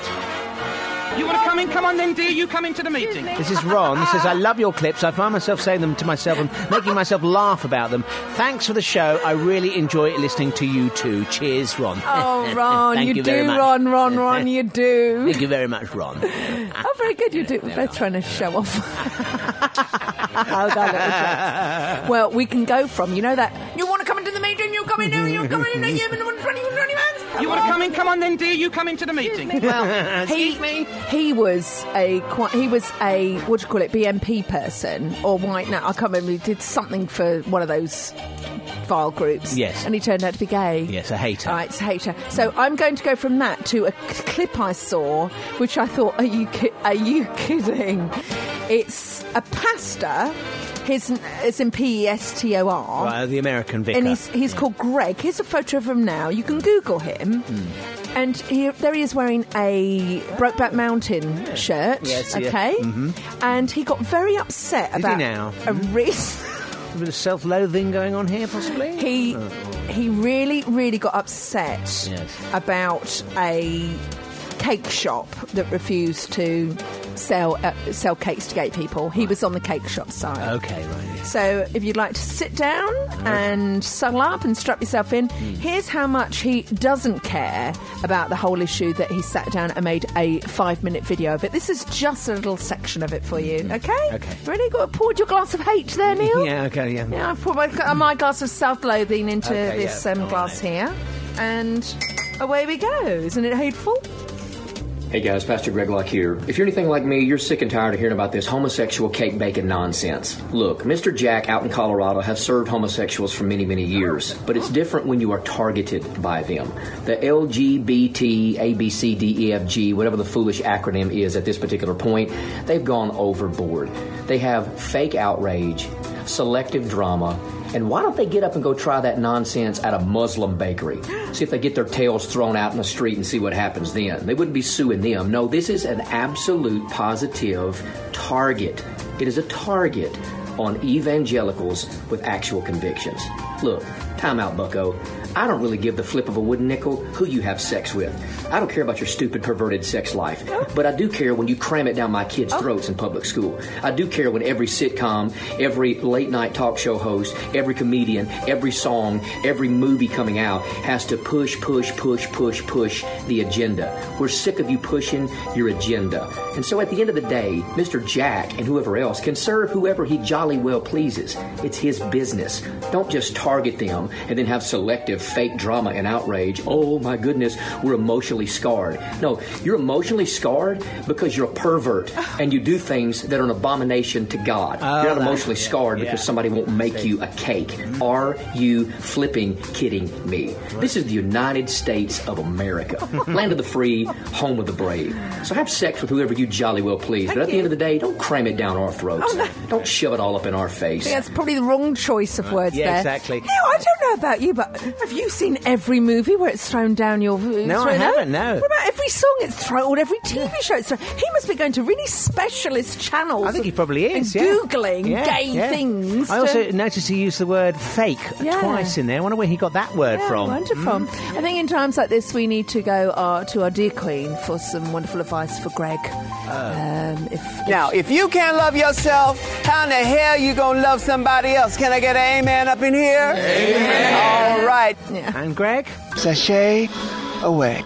Speaker 20: You want to come in? Come on then, dear. You come into the meeting.
Speaker 2: This is Ron. He says, "I love your clips. I find myself saying them to myself and making myself laugh about them. Thanks for the show. I really enjoy listening to you too. Cheers, Ron.
Speaker 3: Oh, Ron,
Speaker 2: Thank
Speaker 3: you,
Speaker 2: you very
Speaker 3: do,
Speaker 2: much.
Speaker 3: Ron, Ron, Ron, you do.
Speaker 2: Thank you very much, Ron.
Speaker 3: Oh, very good, you do. We're both trying to show off. oh, God, that was jokes. Well, we can go from, you know that, you want to come into the meeting, you come in here, you come in here, you come in front of you,
Speaker 20: You want to come in? Come on then, dear. You come into the meeting.
Speaker 3: Well, he, he was a qui- he was a what do you call it BNP person or white now I can't remember. He did something for one of those file groups.
Speaker 2: Yes.
Speaker 3: and he turned out to be gay.
Speaker 2: Yes, a hater.
Speaker 3: All right, it's a hater. So I'm going to go from that to a c- clip I saw, which I thought, are you ki- are you kidding? It's a pastor. His n- it's in P E S T O R.
Speaker 2: Right, Mm. the American vicar.
Speaker 3: And he's, he's called Greg. Here's a photo of him now. You can Google him.
Speaker 2: Mm.
Speaker 3: And he, there he is wearing a Brokeback Mountain shirt.
Speaker 2: Yes, yeah.
Speaker 3: okay.
Speaker 2: Mhm.
Speaker 3: And he got very upset
Speaker 2: Did he
Speaker 3: about
Speaker 2: now? Mm-hmm.
Speaker 3: a reason.
Speaker 2: a bit of self-loathing going on here, possibly.
Speaker 3: He
Speaker 2: Oh.
Speaker 3: he really really got upset about a cake shop that refused to sell uh, sell cakes to gay people. He was on the cake shop side.
Speaker 2: Okay, right.
Speaker 3: So if you'd like to sit down and settle up and strap yourself in,
Speaker 2: Hmm.
Speaker 3: here's how much he doesn't care about the whole issue that he sat down and made a five minute video of it. This is just a little section of it for you, okay?
Speaker 2: Hmm. Okay.
Speaker 3: Really? Got poured your glass of hate there, Neil?
Speaker 2: Yeah. Okay. Yeah.
Speaker 3: Yeah, I poured my, uh, my glass of self loathing into
Speaker 2: Okay,
Speaker 3: this
Speaker 2: yeah, oh,
Speaker 3: um,
Speaker 2: all
Speaker 3: glass here, and away we go. Isn't it hateful?
Speaker 15: Hey guys, Pastor Greg Locke here. If you're anything like me, you're sick and tired of hearing about this homosexual cake bacon nonsense. Look, Mr. Jack out in Colorado has served homosexuals for many, many years, but it's different when you are targeted by them. The LGBT, ABC, DEFG, E whatever the foolish acronym is at this particular point, they've gone overboard. They have fake outrage, selective drama, and why don't they get up and go try that nonsense at a Muslim bakery? See if they get their tails thrown out in the street and see what happens then. They wouldn't be suing them. No, this is an absolute positive target. It is a target on evangelicals with actual convictions. Look, time out, bucko. I don't really give the flip of a wooden nickel who you have sex with. I don't care about your stupid, perverted sex life, but I do care when you cram it down my kids' throats in public school. I do care when every sitcom, every late night talk show host, every comedian, every song, every movie coming out has to push, push, push, push, push the agenda. We're sick of you pushing your agenda. And so at the end of the day, Mr. Jack and whoever else can serve whoever he jolly well pleases. It's his business. Don't just target them and then have selective fake drama and outrage. Oh my goodness, we're emotionally scarred. No, you're emotionally scarred because you're a pervert and you do things that are an abomination to God.
Speaker 3: Oh,
Speaker 15: you're not
Speaker 2: that-
Speaker 15: emotionally scarred because somebody won't make you a cake.
Speaker 3: Mm-hmm.
Speaker 15: Are you flipping kidding me? This is the United States of America,
Speaker 3: Mm.
Speaker 15: land of the free, home of the brave. So have sex with whoever you jolly well please, but at the end of the day, don't cram it down our
Speaker 3: Oh,
Speaker 15: throats.
Speaker 3: no.
Speaker 15: Don't shove it all up in our
Speaker 3: I
Speaker 15: face.
Speaker 3: think that's probably the wrong choice of words
Speaker 15: Yeah,
Speaker 3: there.
Speaker 15: exactly.
Speaker 3: No, I don't know about you, but have you seen every movie where it's thrown down your...
Speaker 2: No, I haven't, no.
Speaker 3: What about every song it's thrown, or every TV show it's thrown? He must be going to really specialist channels.
Speaker 2: I think he
Speaker 3: and-
Speaker 2: probably is.
Speaker 3: and
Speaker 2: yeah.
Speaker 3: Googling
Speaker 2: Yeah,
Speaker 3: gay
Speaker 2: yeah.
Speaker 3: things.
Speaker 2: I
Speaker 3: to-
Speaker 2: also noticed he used the word fake
Speaker 3: Yeah.
Speaker 2: twice in there. I wonder where he got that word
Speaker 3: Yeah,
Speaker 2: from. Mm-hmm.
Speaker 3: Wonderful. I think in times like this, we need to go uh, to our dear Queen for some wonderful advice for Greg.
Speaker 2: Oh.
Speaker 3: Um, if,
Speaker 21: Now, if you can't love yourself, how in the hell you gonna love somebody else? Can I get an amen up in here? Amen. All right.
Speaker 2: And Greg?
Speaker 21: Sashay away.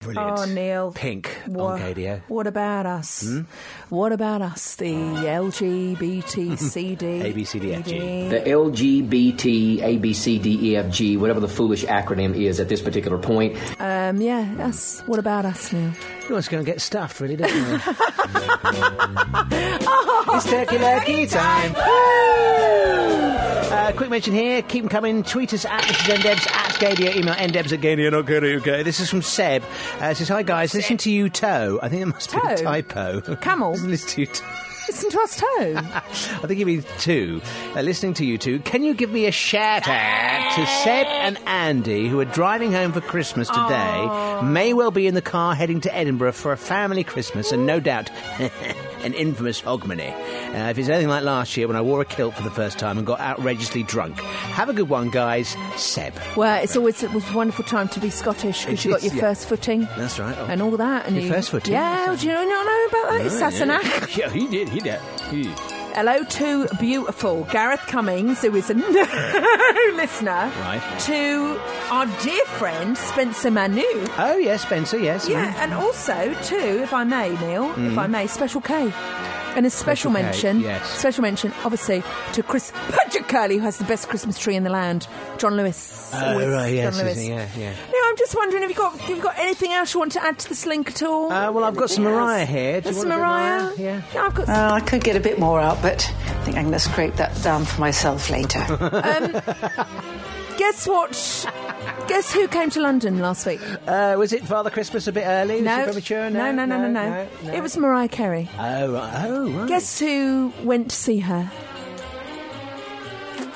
Speaker 2: Brilliant.
Speaker 3: Oh, Neil.
Speaker 2: Pink
Speaker 3: Wha-
Speaker 2: on KDO.
Speaker 3: What about us?
Speaker 2: Hmm?
Speaker 3: What about us? The LGBTCD.
Speaker 15: A, B, C, D, F, The LGBT ABCDEFG, E whatever the foolish acronym is at this particular point.
Speaker 3: Um, yeah, us. What about us, Neil?
Speaker 2: You're just going to get stuffed, really, don't you?
Speaker 3: oh,
Speaker 2: It's turkey lurkey time. Woo! Uh, quick mention here. Keep them coming. Tweet us at Mrs. Ndebs, at Gadia. Email ndebs at gadia.co.uk. This is from Seb. Uh, it says, Hi, guys. Listen to you toe. I think it must be a
Speaker 3: Toe?
Speaker 2: typo.
Speaker 3: Camel.
Speaker 2: Listen to you toe.
Speaker 3: Listen to us too.
Speaker 2: I think you mean two. Uh, listening to you two, can you give me a shout out to Seb and Andy, who are driving home for Christmas today? May well be in the car heading to Edinburgh for a family Christmas, and no doubt an infamous hogmanay. Uh, if it's anything like last year when I wore a kilt for the first time and got outrageously drunk. Have a good one, guys. Seb.
Speaker 3: Well, it's always it was a wonderful time to be Scottish
Speaker 2: It
Speaker 3: because you got
Speaker 2: is,
Speaker 3: your
Speaker 2: yeah.
Speaker 3: first footing
Speaker 2: That's right. Oh.
Speaker 3: and all that. And
Speaker 2: Your
Speaker 3: you,
Speaker 2: first footing?
Speaker 3: Yeah, do you not know about that? it's
Speaker 2: Oh,
Speaker 3: Sassenach.
Speaker 2: Yeah. yeah, he did. He did. He-
Speaker 3: Hello to beautiful Gareth Cummings, who is a new listener,
Speaker 2: Right.
Speaker 3: to our dear friend Spencer Manu.
Speaker 2: Oh, yes, Spencer, yes.
Speaker 3: Yeah,
Speaker 2: mm.
Speaker 3: and also to, if I may, Neil, if
Speaker 2: Mm.
Speaker 3: I may, Special K. And a special,
Speaker 2: Special K,
Speaker 3: mention,
Speaker 2: yes.
Speaker 3: special mention, obviously, to Chris Patrick Curley, who has the best Christmas tree in the land, John Lewis.
Speaker 2: Oh,
Speaker 3: Always
Speaker 2: right, yes,
Speaker 3: John
Speaker 2: yes,
Speaker 3: Lewis.
Speaker 2: yeah, yeah.
Speaker 3: No, I'm just wondering if you got if you've got anything else you want to add to this link at all.
Speaker 2: Uh, well, I've got some
Speaker 3: Anything
Speaker 2: Mariah
Speaker 3: else?
Speaker 2: here. Do you
Speaker 3: That's
Speaker 2: want a bit of
Speaker 3: Mariah.
Speaker 2: Mariah? Yeah.
Speaker 3: No, I've got.
Speaker 4: Well, Uh, I could get a bit more out, but I think I'm going to scrape that down for myself later.
Speaker 2: Uh,
Speaker 3: Guess what? Guess who came to London last week?
Speaker 2: Uh, was it Father Christmas a bit early? Was
Speaker 3: No.
Speaker 2: it premature?
Speaker 3: no, no, no, no, no. It was Mariah Carey.
Speaker 2: Oh, right. oh, right.
Speaker 3: Guess who went to see her?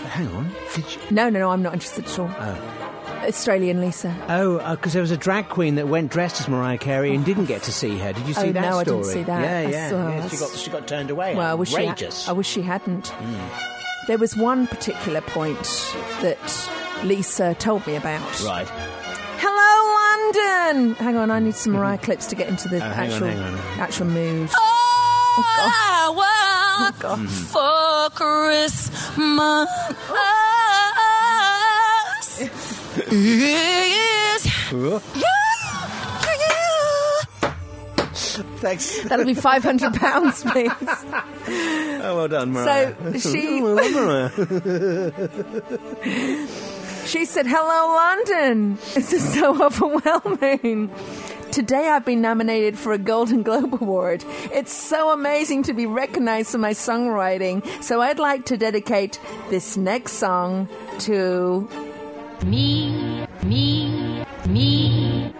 Speaker 2: Hang on. Did you...
Speaker 3: No, no, no. I'm not interested at all.
Speaker 2: Oh,
Speaker 3: Australian Lisa.
Speaker 2: oh, because there was a drag queen that went dressed as Mariah Carey and didn't get to see her. Did you see
Speaker 3: Oh,
Speaker 2: that
Speaker 3: no, I
Speaker 2: story?
Speaker 3: didn't see that.
Speaker 2: Yeah,
Speaker 3: I
Speaker 2: yeah,
Speaker 3: saw-
Speaker 2: yeah. She got she got turned away.
Speaker 3: Well, I wish she. had-
Speaker 2: outrageous. Hmm.
Speaker 3: I wish she hadn't. There was one particular point that Lisa told me about.
Speaker 2: Right.
Speaker 3: Hello, London. Hang on, I need some Mariah clips to get into the
Speaker 2: Oh, hang on,
Speaker 3: actual
Speaker 2: hang on. Hmm.
Speaker 3: actual mood. Oh,
Speaker 22: I want Oh, for Christmas is
Speaker 2: Ooh.
Speaker 3: Thanks. That'll be five hundred pounds, please.
Speaker 2: Oh, well done, Mariah. Oh,
Speaker 3: So she-
Speaker 2: Well done, Mariah.
Speaker 3: She said, Hello, London. This is so overwhelming. Today I've been nominated for a Golden Globe Award. It's so amazing to be recognized for my songwriting. So I'd like to dedicate this next song to
Speaker 22: Me, me, me,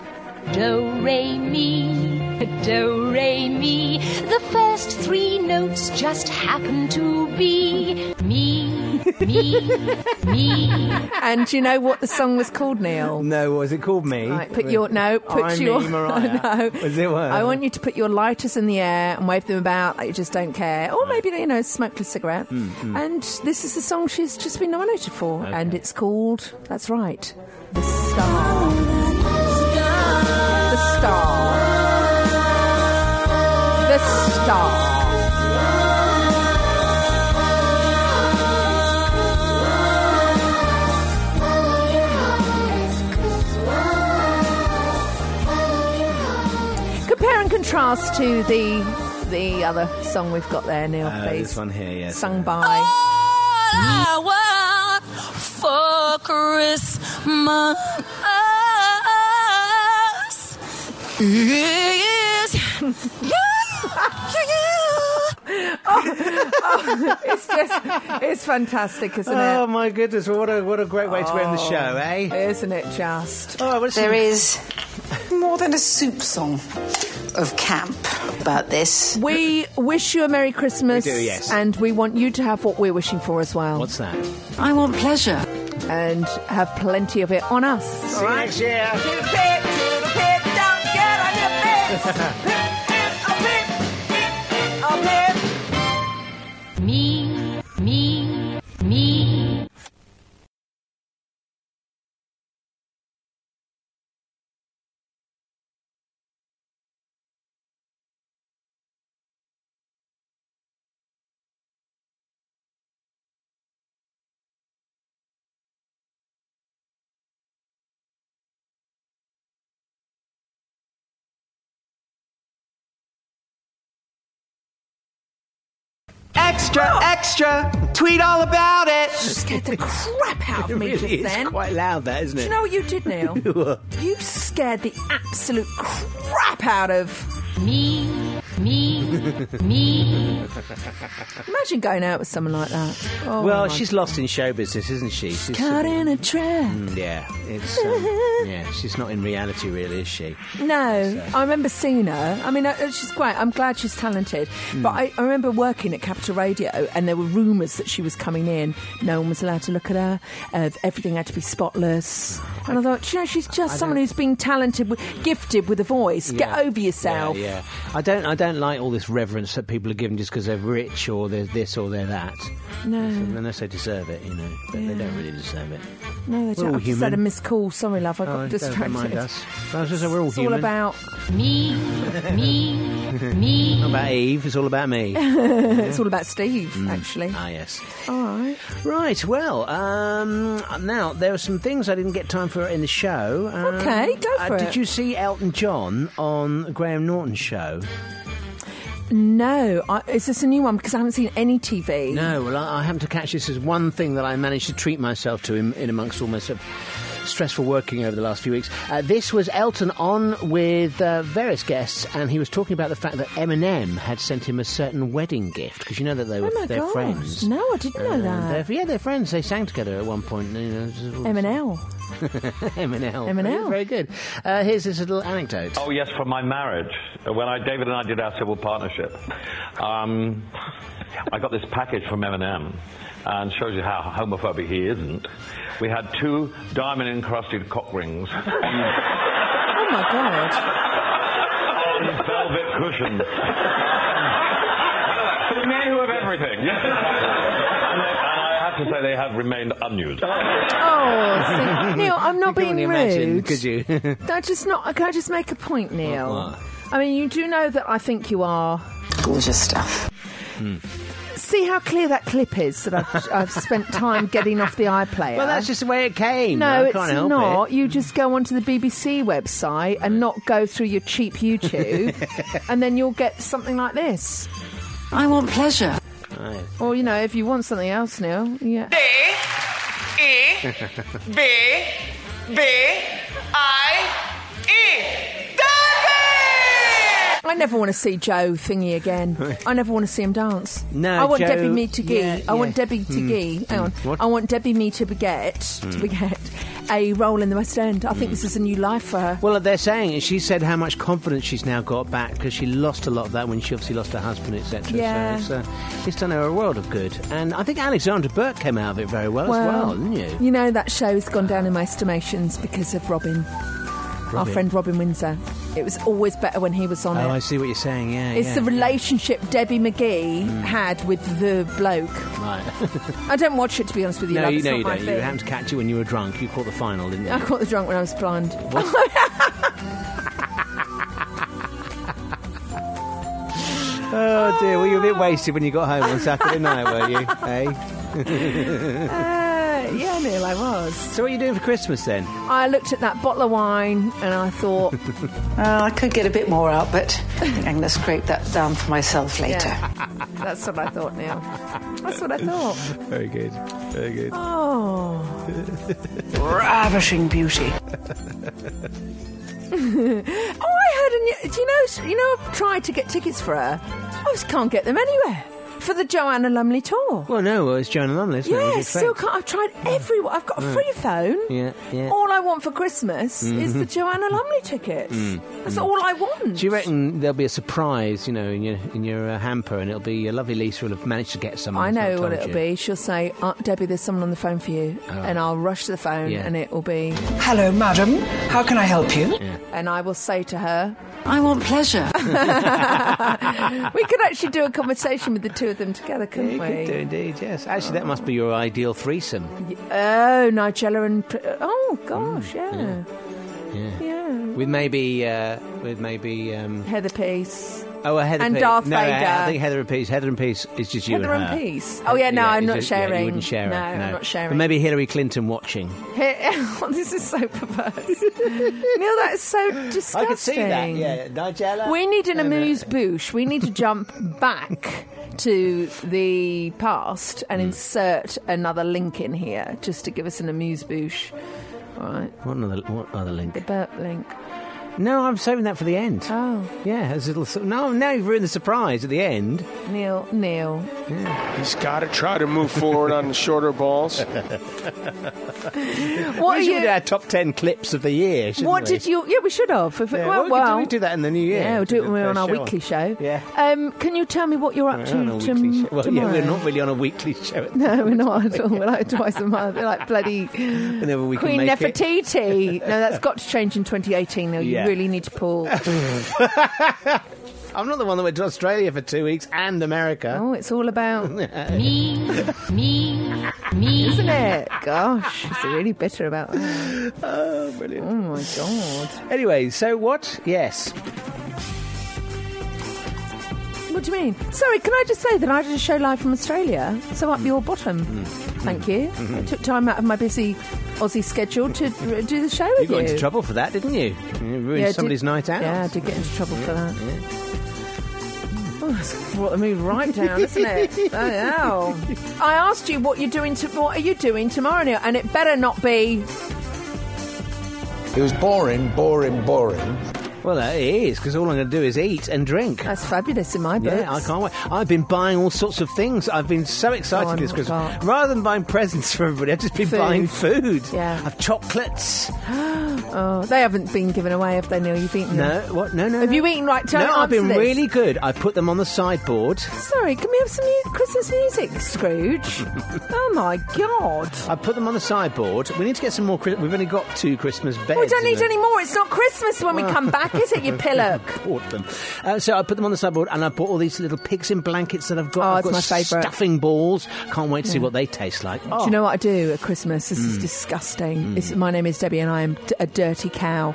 Speaker 22: do re mi, do re mi. The first three notes just happen to be me, me, me.
Speaker 3: And do you know what the song was called, Neil?
Speaker 2: no, what was it called? Me.
Speaker 3: Right, put your no, put
Speaker 2: I'm
Speaker 3: your
Speaker 2: me, Mariah.
Speaker 3: no.
Speaker 2: Was it one?
Speaker 3: I want you to put your lighters in the air and wave them about like you just don't care, or maybe you know, smoke a cigarette.
Speaker 2: Mm, mm.
Speaker 3: And this is the song she's just been nominated for, and it's called. That's right, the star. The star. The star. Compare and contrast to the the other song we've got there, Neil.
Speaker 2: Oh,
Speaker 3: please.
Speaker 2: this one here, yes.
Speaker 3: Sung by.
Speaker 6: Oh.
Speaker 22: I want for Christmas is you, you.
Speaker 3: oh, it's just, it's fantastic, isn't it?
Speaker 2: Oh my goodness! Well, what a what a great way to end
Speaker 3: Oh.
Speaker 2: the show, eh? Oh,
Speaker 3: Isn't it just?
Speaker 1: There is more than a soup song of camp about this.
Speaker 3: We wish you a Merry Christmas.
Speaker 1: We do, yes.
Speaker 3: And we want you to have what we're wishing for as well. What's
Speaker 2: that?
Speaker 3: I want pleasure. And have plenty of it on us.
Speaker 2: See you next year.
Speaker 22: Me, me, me.
Speaker 21: Extra, extra. Tweet all about it.
Speaker 3: Scared the crap out
Speaker 2: It
Speaker 3: of me
Speaker 2: really
Speaker 3: just
Speaker 2: is
Speaker 3: then.
Speaker 2: quite loud, that isn't
Speaker 3: Do
Speaker 2: it?
Speaker 3: you know what you did, Neil? you scared the absolute crap out of me. Me. Me. Imagine going out with someone like that. Oh,
Speaker 2: well,
Speaker 3: my
Speaker 2: she's lost in show business, isn't she? She's
Speaker 3: Caught in a trap.
Speaker 2: Mm, yeah, it's um, yeah. She's not in reality, really, is she?
Speaker 3: No, I remember seeing her. I mean, uh, she's great. I'm glad she's talented.
Speaker 2: Hmm.
Speaker 3: But I, I remember working at Capital Radio, and there were rumours that she was coming in. No one was allowed to look at her. Uh, everything had to be spotless. And I thought, "Do you know, she's just someone who's been talented, with, gifted with a voice.
Speaker 2: Yeah.
Speaker 3: Get over yourself.
Speaker 2: Yeah, yeah. I don't. I don't like all this reverence that people are given just because they're rich or they're this or they're that.
Speaker 3: No,
Speaker 2: Unless they deserve it, you know. But they don't really deserve it.
Speaker 3: no, they
Speaker 2: We're all
Speaker 3: don't. I just
Speaker 2: human.
Speaker 3: had a missed call. Sorry, love. I got
Speaker 2: Oh,
Speaker 3: distracted.
Speaker 2: Don't mind us. Well, it's just that we're all
Speaker 3: It's all
Speaker 2: human.
Speaker 3: about me, me.
Speaker 2: me. Not about Eve. It's all about me.
Speaker 3: it's all about Steve,
Speaker 2: Mm.
Speaker 3: actually.
Speaker 2: Ah, yes.
Speaker 3: All right.
Speaker 2: Right, well, um, now there are some things I didn't get time for in the show. Um,
Speaker 3: Okay, go
Speaker 2: uh,
Speaker 3: for
Speaker 2: Did
Speaker 3: it.
Speaker 2: you see Elton John on Graham Norton's show?
Speaker 3: No, I, is this a new one? Because I haven't seen any TV.
Speaker 2: No, well, I, I happened to catch this as one thing that I managed to treat myself to in, in amongst all my sort of stressful working over the last few weeks. Uh, this was Elton on with uh, various guests, and he was talking about the fact that Eminem had sent him a certain wedding gift because you know that they were
Speaker 3: Oh my
Speaker 2: they're
Speaker 3: gosh.
Speaker 2: friends.
Speaker 3: No, I didn't know
Speaker 2: And
Speaker 3: that.
Speaker 2: they're- yeah, they're friends. They sang together at one point. You know, just all-
Speaker 3: M and L.
Speaker 2: M&L.
Speaker 3: M&L.
Speaker 2: Oh, Very good. Uh, here's this little anecdote.
Speaker 5: Oh yes, for my marriage. When I David and I did our civil partnership, um, I got this package from Eminem, and shows you how homophobic he isn't. We had two diamond-encrusted cock rings on
Speaker 3: Oh my god.
Speaker 5: velvet cushions. they may have everything. and, I, and I have to say, they have remained unused.
Speaker 3: Oh, see, Neil, I'm not being
Speaker 2: Can you imagine?
Speaker 3: rude.
Speaker 2: Could you?
Speaker 3: Can I just not? Can I just make a point, Neil?
Speaker 2: What?
Speaker 3: I mean, you do know that I think you are.
Speaker 1: Gorgeous stuff.
Speaker 3: See how clear that clip is that I've, I've spent time getting off the iPlayer.
Speaker 2: Well, that's just the way it came.
Speaker 3: No,
Speaker 2: I
Speaker 3: it's
Speaker 2: can't help
Speaker 3: not.
Speaker 2: It.
Speaker 3: You just go onto the BBC website and not go through your cheap YouTube, and then you'll get something like this. I want pleasure. Or you know, if you want something else, Neil, yeah.
Speaker 6: E B E, B I E.
Speaker 3: I never want to see Joe thingy again. I never want to see him dance.
Speaker 2: No,
Speaker 3: I want
Speaker 2: Joe-
Speaker 3: Debbie Me to Gee.
Speaker 2: yeah,
Speaker 3: I want
Speaker 2: yeah.
Speaker 3: Debbie to
Speaker 2: Hmm,
Speaker 3: Gee. Hang
Speaker 2: hmm.
Speaker 3: on.
Speaker 2: What?
Speaker 3: I want Debbie Me to get to
Speaker 2: Hmm.
Speaker 3: beget a role in the West End. I think this is a new life for her.
Speaker 2: Well, they're saying, and she said how much confidence she's now got back because she lost a lot of that when she obviously lost her husband, etc.
Speaker 3: Yeah.
Speaker 2: So it's, uh, it's done her a world of good. And I think Alexandra Burke came out of it very well, as well, didn't you?
Speaker 3: You know that show has gone down in my estimations because of Robin, our
Speaker 2: Robin.
Speaker 3: friend Robin Windsor. It was always better when he was on
Speaker 2: Oh,
Speaker 3: it.
Speaker 2: I see what you're saying, yeah.
Speaker 3: It's
Speaker 2: yeah. Hmm.
Speaker 3: the relationship Debbie McGee had with the bloke.
Speaker 2: Right.
Speaker 3: I don't watch it to be honest with you.
Speaker 2: no,
Speaker 3: love,
Speaker 2: you,
Speaker 3: it's
Speaker 2: no,
Speaker 3: not
Speaker 2: you
Speaker 3: my
Speaker 2: don't.
Speaker 3: thing.
Speaker 2: You happened to catch it when you were drunk. You caught the final, didn't you?
Speaker 3: I caught the drunk when I was blind.
Speaker 2: Oh dear, well you were a bit wasted when you got home on Saturday night, were you? Hey.
Speaker 3: Uh, yeah, Neil, I was.
Speaker 2: so what are you doing for Christmas then?
Speaker 3: I looked at that bottle of wine and I thought,
Speaker 4: Well, Uh, I could get a bit more out, but I think I'm going to scrape that down for myself later.
Speaker 3: yeah, that's what I thought, Neil. That's what I thought.
Speaker 2: Very good. Very good.
Speaker 3: Oh.
Speaker 4: Ravishing beauty.
Speaker 3: oh, I heard a new. Do you know? You know, I've tried to get tickets for her. I just can't get them anywhere for the Joanna Lumley tour.
Speaker 2: Well, no, well, it's Joanna Lumley, isn't it?
Speaker 3: Yeah,
Speaker 2: What'd you
Speaker 3: still
Speaker 2: expect?
Speaker 3: can't. I've tried everywhere. I've got a
Speaker 2: Right.
Speaker 3: free phone.
Speaker 2: Yeah, yeah.
Speaker 3: All I want for Christmas is
Speaker 2: Mhm.
Speaker 3: the Joanna Lumley tickets.
Speaker 2: Mm,
Speaker 3: That's
Speaker 2: mm.
Speaker 3: all I want.
Speaker 2: Do you reckon there'll be a surprise, you know, in your in your uh, hamper, and it'll be a lovely Lisa will have managed to get someone?
Speaker 3: I
Speaker 2: who's not
Speaker 3: know what
Speaker 2: told
Speaker 3: it'll
Speaker 2: you?
Speaker 3: be. She'll say, uh, Debbie, there's someone on the phone for you.
Speaker 2: Oh.
Speaker 3: And I'll rush to the phone
Speaker 2: Yeah.
Speaker 3: and it will be.
Speaker 13: Hello, madam. How can I help you?
Speaker 3: And I will say to her, I want pleasure. we could actually do a conversation with the two of them together,
Speaker 2: Yeah,
Speaker 3: couldn't
Speaker 2: you could do
Speaker 3: we?
Speaker 2: indeed, yes. Actually, that must be your ideal threesome.
Speaker 3: Oh, Nigella and. Pr- Oh, gosh, yeah.
Speaker 2: Mm, Yeah.
Speaker 3: Yeah.
Speaker 2: With maybe, uh, with maybe, um,
Speaker 3: Heather Peace.
Speaker 2: oh, a Heather
Speaker 3: And
Speaker 2: Pe-
Speaker 3: Darth
Speaker 2: no,
Speaker 3: Vader.
Speaker 2: I think Heather and Peace. Heather and Peace is just you
Speaker 3: Heather
Speaker 2: and
Speaker 3: and
Speaker 2: her.
Speaker 3: Peace. Oh, yeah, no, I'm
Speaker 2: it's
Speaker 3: not
Speaker 2: just- Yeah,
Speaker 3: sharing.
Speaker 2: you wouldn't share
Speaker 3: No,
Speaker 2: it.
Speaker 3: I'm not sharing.
Speaker 2: But maybe Hillary Clinton watching.
Speaker 3: Oh, this is so perverse. Neil, that is so disgusting.
Speaker 2: I could see that. Yeah, Nigella.
Speaker 3: We need an
Speaker 2: No, no.
Speaker 3: amuse bouche. We need to jump back to the past and
Speaker 2: Hmm.
Speaker 3: insert another link in here just to give us an amuse bouche. All right.
Speaker 2: What another? What other link?
Speaker 3: The burp link.
Speaker 2: No, I'm saving that for the end.
Speaker 3: Oh.
Speaker 2: Yeah, as a little. su- No, now you've ruined the surprise at the end.
Speaker 3: Neil, Neil.
Speaker 7: He's got to try to move forward on the shorter balls.
Speaker 3: What are
Speaker 2: we should do
Speaker 3: you?
Speaker 2: our top ten clips of the year. shouldn't
Speaker 3: What
Speaker 2: we?
Speaker 3: did you? Yeah, we should have. If it-
Speaker 2: Yeah,
Speaker 3: well,
Speaker 2: we could do-
Speaker 3: well,
Speaker 2: we do that in the new year.
Speaker 3: Yeah, we'll do it when we're on
Speaker 2: First
Speaker 3: our
Speaker 2: show
Speaker 3: weekly
Speaker 2: on.
Speaker 3: show.
Speaker 2: Yeah.
Speaker 3: Um, can you tell me what you're up
Speaker 2: We're
Speaker 3: to?
Speaker 2: on a
Speaker 3: to-
Speaker 2: weekly show. Well, yeah, we're
Speaker 3: tomorrow?
Speaker 2: not really on a weekly show. at the
Speaker 3: No, we're not at all. We're like twice a month. We're like bloody
Speaker 2: Whenever we
Speaker 3: Queen
Speaker 2: can make it.
Speaker 3: Nefertiti. no, that's got to change in 2018. Now
Speaker 2: Yeah.
Speaker 3: you really need to pull.
Speaker 2: I'm not the one that went to Australia for two weeks and America.
Speaker 3: Oh, it's all about me, me, me, isn't it? Gosh, it's really bitter about that.
Speaker 2: Oh, brilliant.
Speaker 3: Oh my god.
Speaker 2: Anyway, so what? Yes.
Speaker 3: What do you mean? Sorry, can I just say that I did a show live from Australia, so up your bottom. Thank you.
Speaker 2: Mhm.
Speaker 3: I took time out of my busy Aussie schedule to r- do the show
Speaker 2: You
Speaker 3: with you.
Speaker 2: got into trouble for that, didn't you? You ruined
Speaker 3: Yeah, I did-
Speaker 2: somebody's night out.
Speaker 3: Yeah, I did get into trouble for that.
Speaker 2: Yeah.
Speaker 3: Oh, it's brought the mood right down, isn't it? I know. I asked you what you're doing. To, what are you doing tomorrow, Neil? And it better not be.
Speaker 2: It was boring, boring, boring. Well, it is because all I'm going to do is eat and drink.
Speaker 3: That's fabulous in my book.
Speaker 2: Yeah, I can't wait. I've been buying all sorts of things. I've been so excited
Speaker 3: Oh, I'm
Speaker 2: this
Speaker 3: not
Speaker 2: Christmas. Rather than buying presents for everybody, I've just been
Speaker 3: Food.
Speaker 2: buying food.
Speaker 3: Yeah.
Speaker 2: I've chocolates.
Speaker 3: oh, they haven't been given away, have they, Neil? You've eaten
Speaker 2: No,
Speaker 3: them.
Speaker 2: what? No, no.
Speaker 3: Have you eaten? Right, tell me
Speaker 2: No, I've
Speaker 3: answer
Speaker 2: been
Speaker 3: this.
Speaker 2: really good. I put them on the sideboard.
Speaker 3: Sorry, can we have some mu- Christmas music, Scrooge? oh my God!
Speaker 2: I put them on the sideboard. We need to get some more. Chris- We've only got two Christmas beds.
Speaker 3: Well, Oh, we don't
Speaker 2: in
Speaker 3: need
Speaker 2: the-
Speaker 3: any more. It's not Christmas when we come back, is it? You pillock.
Speaker 2: Bought them. Uh, so I put them on the sideboard, and I bought all these little pigs in blankets that I've got. I've
Speaker 3: Oh, it's
Speaker 2: got
Speaker 3: my favourite.
Speaker 2: Stuffing balls. Can't wait to see
Speaker 3: Yeah.
Speaker 2: what they taste like. Oh,
Speaker 3: Do you know what I do at Christmas? This
Speaker 2: Mm.
Speaker 3: is disgusting. It's, my name is Debbie, and I am d- a dirty cow.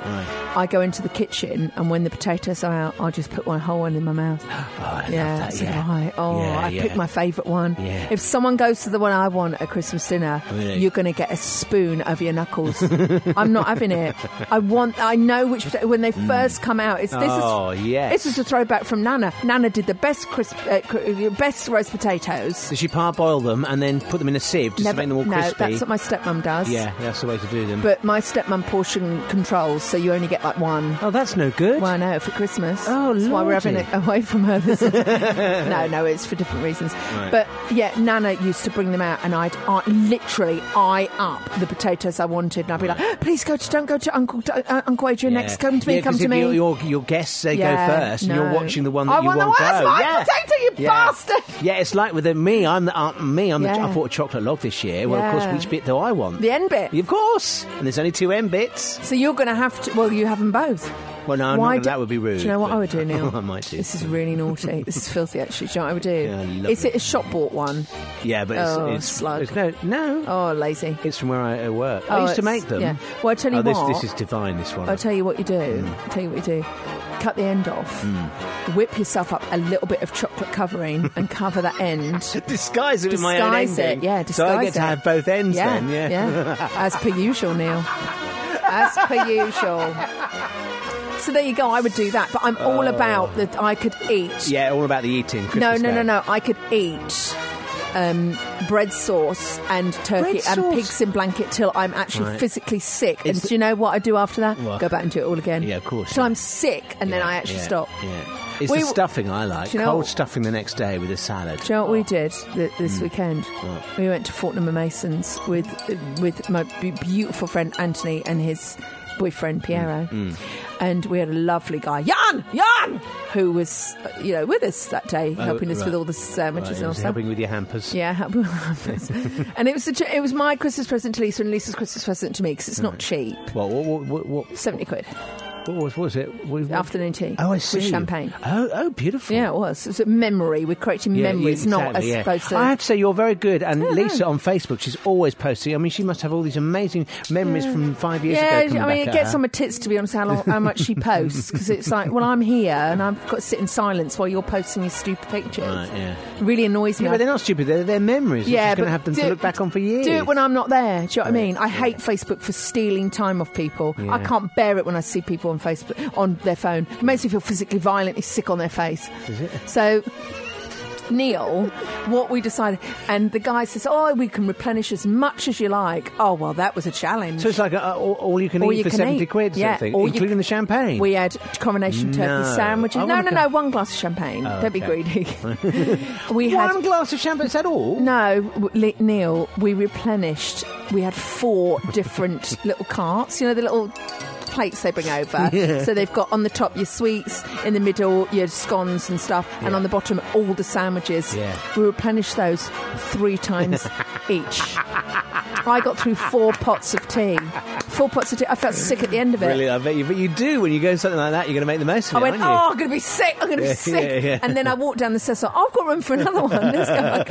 Speaker 3: I go into the kitchen, and when the potatoes are out, I just put one whole one in my mouth.
Speaker 2: I love
Speaker 3: yeah,
Speaker 2: that,
Speaker 3: so do
Speaker 2: yeah.
Speaker 3: I. Oh,
Speaker 2: Yeah,
Speaker 3: I
Speaker 2: yeah.
Speaker 3: pick my favourite one.
Speaker 2: Yeah.
Speaker 3: If someone goes to the one I want at Christmas dinner,
Speaker 2: Really?
Speaker 3: you're going to get a spoon over your knuckles. I'm not having it. I want. I know which potato, when they first come out. It's this
Speaker 2: Mm. Oh,
Speaker 3: is
Speaker 2: yes.
Speaker 3: this is a throwback from Nana. Nana did the best crisp, uh, cr- best roast potatoes.
Speaker 2: So she parboil them and then put them in a sieve just to make them all
Speaker 3: no,
Speaker 2: crispy.
Speaker 3: that's what my stepmom does.
Speaker 2: Yeah, that's the way to do them.
Speaker 3: But my stepmom portion controls, so you only get like one.
Speaker 2: Oh, that's no good.
Speaker 3: Well, no, for Christmas. Oh, that's why we're having
Speaker 2: lordy.
Speaker 3: it away from her. This no, no, it's for different reasons.
Speaker 2: Right.
Speaker 3: But yeah, Nana used to bring them out, and I'd I, literally eye up the potatoes I wanted, and I'd be like, "Please go to, don't go to Uncle uh, Uncle Adrian next. Come to me,
Speaker 2: Yeah,
Speaker 3: come
Speaker 2: 'cause
Speaker 3: to
Speaker 2: if
Speaker 3: me."
Speaker 2: Your, your, your guests they
Speaker 3: Yeah,
Speaker 2: go first, and you're
Speaker 3: no.
Speaker 2: watching the one that
Speaker 3: I
Speaker 2: you
Speaker 3: want the
Speaker 2: want
Speaker 3: one- that's
Speaker 2: go.
Speaker 3: my
Speaker 2: yeah.
Speaker 3: potato, you
Speaker 2: yeah.
Speaker 3: bastard!
Speaker 2: Yeah, it's like with the, me. I'm the uh, me. I'm the, I
Speaker 3: Yeah.
Speaker 2: bought a chocolate log this year. Well, of
Speaker 3: Yeah.
Speaker 2: course, which bit do I want?
Speaker 3: the end bit.
Speaker 2: Of course, and there's only two M bits.
Speaker 3: So you're going to have to. Well, you have them both.
Speaker 2: Well, no, I'm
Speaker 3: Why
Speaker 2: not,
Speaker 3: do-
Speaker 2: that would be rude.
Speaker 3: Do you know what
Speaker 2: but-
Speaker 3: I would do now?
Speaker 2: I might do.
Speaker 3: This is really naughty. this is filthy, actually. Do you know what I would do?
Speaker 2: lovely.
Speaker 3: is it a shop bought one?
Speaker 2: Yeah, but it's,
Speaker 3: oh,
Speaker 2: it's,
Speaker 3: slug.
Speaker 2: it's no, no.
Speaker 3: Oh, lazy.
Speaker 2: It's from where I uh, work.
Speaker 3: Oh,
Speaker 2: I used to
Speaker 3: it's-
Speaker 2: make them.
Speaker 3: yeah. Well, I tell you
Speaker 2: oh, this,
Speaker 3: what.
Speaker 2: This is divine. This one.
Speaker 3: I'll tell you what you do.
Speaker 2: Mm.
Speaker 3: I'll tell you what you do. Cut the end off. Whip yourself up a little bit of chocolate covering and cover that end.
Speaker 2: disguise it with my own
Speaker 3: Disguise it,
Speaker 2: ending.
Speaker 3: yeah,
Speaker 2: So I
Speaker 3: disguise
Speaker 2: get to
Speaker 3: it.
Speaker 2: have both ends
Speaker 3: yeah,
Speaker 2: then. Yeah.
Speaker 3: As per usual, Neil. As per usual. So there you go. I would do that, but I'm all
Speaker 2: Oh.
Speaker 3: about that. I could eat.
Speaker 2: Yeah, all about the eating.
Speaker 3: No,
Speaker 2: Christmas
Speaker 3: no, no,
Speaker 2: Day.
Speaker 3: no. I could eat um, bread sauce and turkey
Speaker 2: Bread
Speaker 3: and
Speaker 2: sauce?
Speaker 3: pigs in blanket till I'm actually
Speaker 2: Right.
Speaker 3: physically sick.
Speaker 2: It's
Speaker 3: and
Speaker 2: the-
Speaker 3: do you know what I do after that?
Speaker 2: What?
Speaker 3: Go back and do it all again.
Speaker 2: Yeah, of course,
Speaker 3: Till I'm sick and then I actually
Speaker 2: yeah,
Speaker 3: stop.
Speaker 2: Yeah. It's
Speaker 3: We-
Speaker 2: the stuffing I like.
Speaker 3: Do you know-
Speaker 2: Cold stuffing the next day with a salad.
Speaker 3: Do you know what we did th- this weekend?
Speaker 2: Oh. Hmm. What?
Speaker 3: We went to Fortnum and Mason's with with my b- beautiful friend Anthony and his boyfriend Piero,
Speaker 2: Mm.
Speaker 3: and we had a lovely guy Jan Jan who was uh, you know with us that day,
Speaker 2: Oh,
Speaker 3: helping us
Speaker 2: right.
Speaker 3: with all the
Speaker 2: Right,
Speaker 3: sandwiches
Speaker 2: it
Speaker 3: and all
Speaker 2: was
Speaker 3: stuff.
Speaker 2: helping with your hampers.
Speaker 3: Yeah, help with hampers. and it was such a, it was my Christmas present to Lisa and Lisa's Christmas present to me because it's not cheap.
Speaker 2: Well, what, what, what, what,
Speaker 3: Seventy quid
Speaker 2: what was, was it? We- we-
Speaker 3: afternoon tea.
Speaker 2: Oh, I see.
Speaker 3: With champagne.
Speaker 2: Oh, oh, beautiful.
Speaker 3: Yeah, it was. It's a memory. We're creating
Speaker 2: Yeah,
Speaker 3: memories,
Speaker 2: yeah,
Speaker 3: not as
Speaker 2: exactly, yeah.
Speaker 3: supposed to.
Speaker 2: I have to say, you're very good. And Lisa on Facebook, she's always posting. I mean, she must have all these amazing memories
Speaker 3: Yeah.
Speaker 2: from five years
Speaker 3: yeah,
Speaker 2: ago. coming
Speaker 3: I
Speaker 2: back
Speaker 3: mean, it
Speaker 2: at
Speaker 3: gets
Speaker 2: her.
Speaker 3: on my tits to be honest how, long, how much she posts because it's like, well, I'm here and I've got to sit in silence while you're posting these stupid pictures.
Speaker 2: Right, yeah.
Speaker 3: Really annoys me.
Speaker 2: Yeah, but they're not stupid. They're, they're memories.
Speaker 3: Yeah,
Speaker 2: You're going
Speaker 3: but
Speaker 2: to have them
Speaker 3: do-
Speaker 2: to look back on for years.
Speaker 3: do it when I'm not there. Do you know what I mean? I hate Facebook for stealing time off people.
Speaker 2: Yeah.
Speaker 3: I can't bear it when I see people on Facebook on their phone. It makes me feel physically violently sick on their face.
Speaker 2: Is it?
Speaker 3: So Neil what we decided. And the guy says, "Oh, we can replenish as much as you like." Oh well, that was a challenge.
Speaker 2: So it's like a, a- all, all you can
Speaker 3: All
Speaker 2: eat
Speaker 3: you
Speaker 2: for
Speaker 3: can
Speaker 2: 70
Speaker 3: eat.
Speaker 2: quid,
Speaker 3: Yeah,
Speaker 2: sort of thing,
Speaker 3: all you
Speaker 2: including
Speaker 3: can-
Speaker 2: the champagne.
Speaker 3: We had coronation turkey
Speaker 2: No.
Speaker 3: sandwiches.
Speaker 2: I
Speaker 3: No,
Speaker 2: wanna
Speaker 3: no, no, one glass of champagne.
Speaker 2: Oh,
Speaker 3: Don't be
Speaker 2: okay.
Speaker 3: greedy. we
Speaker 2: One
Speaker 3: had
Speaker 2: glass of champagne. Is that all?
Speaker 3: No, w- Le- Neil. We replenished. We had four different little carts. You know the little plates they bring over.
Speaker 8: Yeah.
Speaker 3: So they've got on the top your sweets, in the middle your scones and stuff, and
Speaker 8: Yeah.
Speaker 3: on the bottom all the sandwiches.
Speaker 8: Yeah.
Speaker 3: We replenished those three times each. I got through four pots of tea. Four pots of tea. I felt sick at the end of it.
Speaker 2: Really, I bet you. But you do when you go to something like that, you're going to make the most of
Speaker 3: I
Speaker 2: it,
Speaker 3: went,
Speaker 2: aren't you?
Speaker 3: oh, I'm going to be sick. I'm going to
Speaker 2: Yeah,
Speaker 3: be sick.
Speaker 2: yeah, yeah.
Speaker 3: And then I walked down the stairs. like, I've got room for another one. Let's go back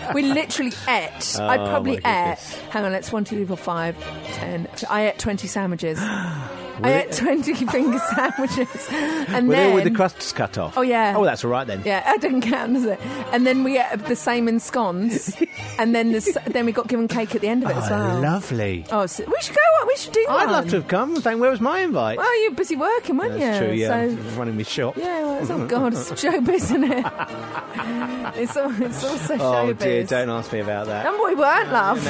Speaker 3: up. We literally ate. I
Speaker 2: Oh,
Speaker 3: probably
Speaker 2: my
Speaker 3: ate.
Speaker 2: goodness.
Speaker 3: Hang on, that's one, two, three, four, five, ten. I ate twenty sandwiches.
Speaker 2: Really?
Speaker 3: I ate twenty finger sandwiches, and
Speaker 2: Were they all
Speaker 3: then
Speaker 2: with the crusts cut off?
Speaker 3: Oh, yeah.
Speaker 2: Oh, that's all right then.
Speaker 3: yeah, that didn't count, does it? And then we ate the same in scones, and then the, s- then we got given cake at the end of it as well.
Speaker 2: Lovely.
Speaker 3: Oh, so we should go. on, We should do
Speaker 2: I'd
Speaker 3: one.
Speaker 2: love to have come. Thank. Where was my invite?
Speaker 3: Well, you're busy working, weren't
Speaker 2: that's
Speaker 3: you?
Speaker 2: true. Yeah,
Speaker 3: So-
Speaker 2: I was running my shop.
Speaker 3: Yeah, well, it's all God, it's showbiz, isn't it? It's all, it's all so
Speaker 2: Oh
Speaker 3: showbiz.
Speaker 2: dear, don't ask me about that.
Speaker 3: And we weren't, love.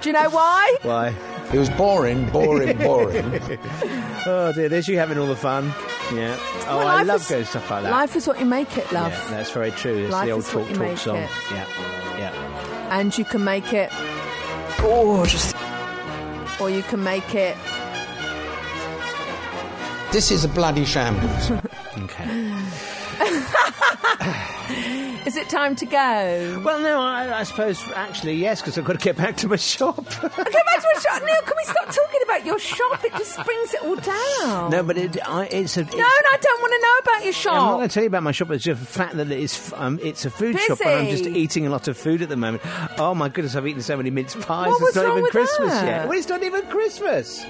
Speaker 3: Do you know why?
Speaker 2: Why?
Speaker 11: It was boring, boring, boring.
Speaker 2: oh dear, there's you having all the fun. Yeah. Oh,
Speaker 3: Well,
Speaker 2: I
Speaker 3: life
Speaker 2: love
Speaker 3: is-
Speaker 2: going to stuff like that.
Speaker 3: Life is what you make it, love.
Speaker 2: Yeah, that's very true. It's
Speaker 3: Life
Speaker 2: the old
Speaker 3: is what
Speaker 2: talk
Speaker 3: you
Speaker 2: talk
Speaker 3: make
Speaker 2: song.
Speaker 3: it.
Speaker 2: Yeah, yeah.
Speaker 3: And you can make it gorgeous. Or you can make it.
Speaker 11: This is a bloody shambles.
Speaker 2: okay.
Speaker 3: Is it time to go?
Speaker 2: Well, no, I, I suppose actually yes, because I've got to get back to my shop.
Speaker 3: Okay, back to a shop. Neil, can we stop talking about your shop? It just brings it all down.
Speaker 2: no, but it, I, it's a.
Speaker 3: No, no, I don't want to know about your
Speaker 2: I'm not
Speaker 3: shop.
Speaker 2: going to tell you about my shop. It's just the fact that it's um, it's a food shop, and I'm just
Speaker 3: Busy.
Speaker 2: eating a lot of food at the moment. Oh my goodness, I've eaten so many mince pies.
Speaker 3: What
Speaker 2: it's
Speaker 3: was
Speaker 2: not
Speaker 3: wrong
Speaker 2: even
Speaker 3: with
Speaker 2: Christmas
Speaker 3: that?
Speaker 2: yet. Well, it's not even Christmas.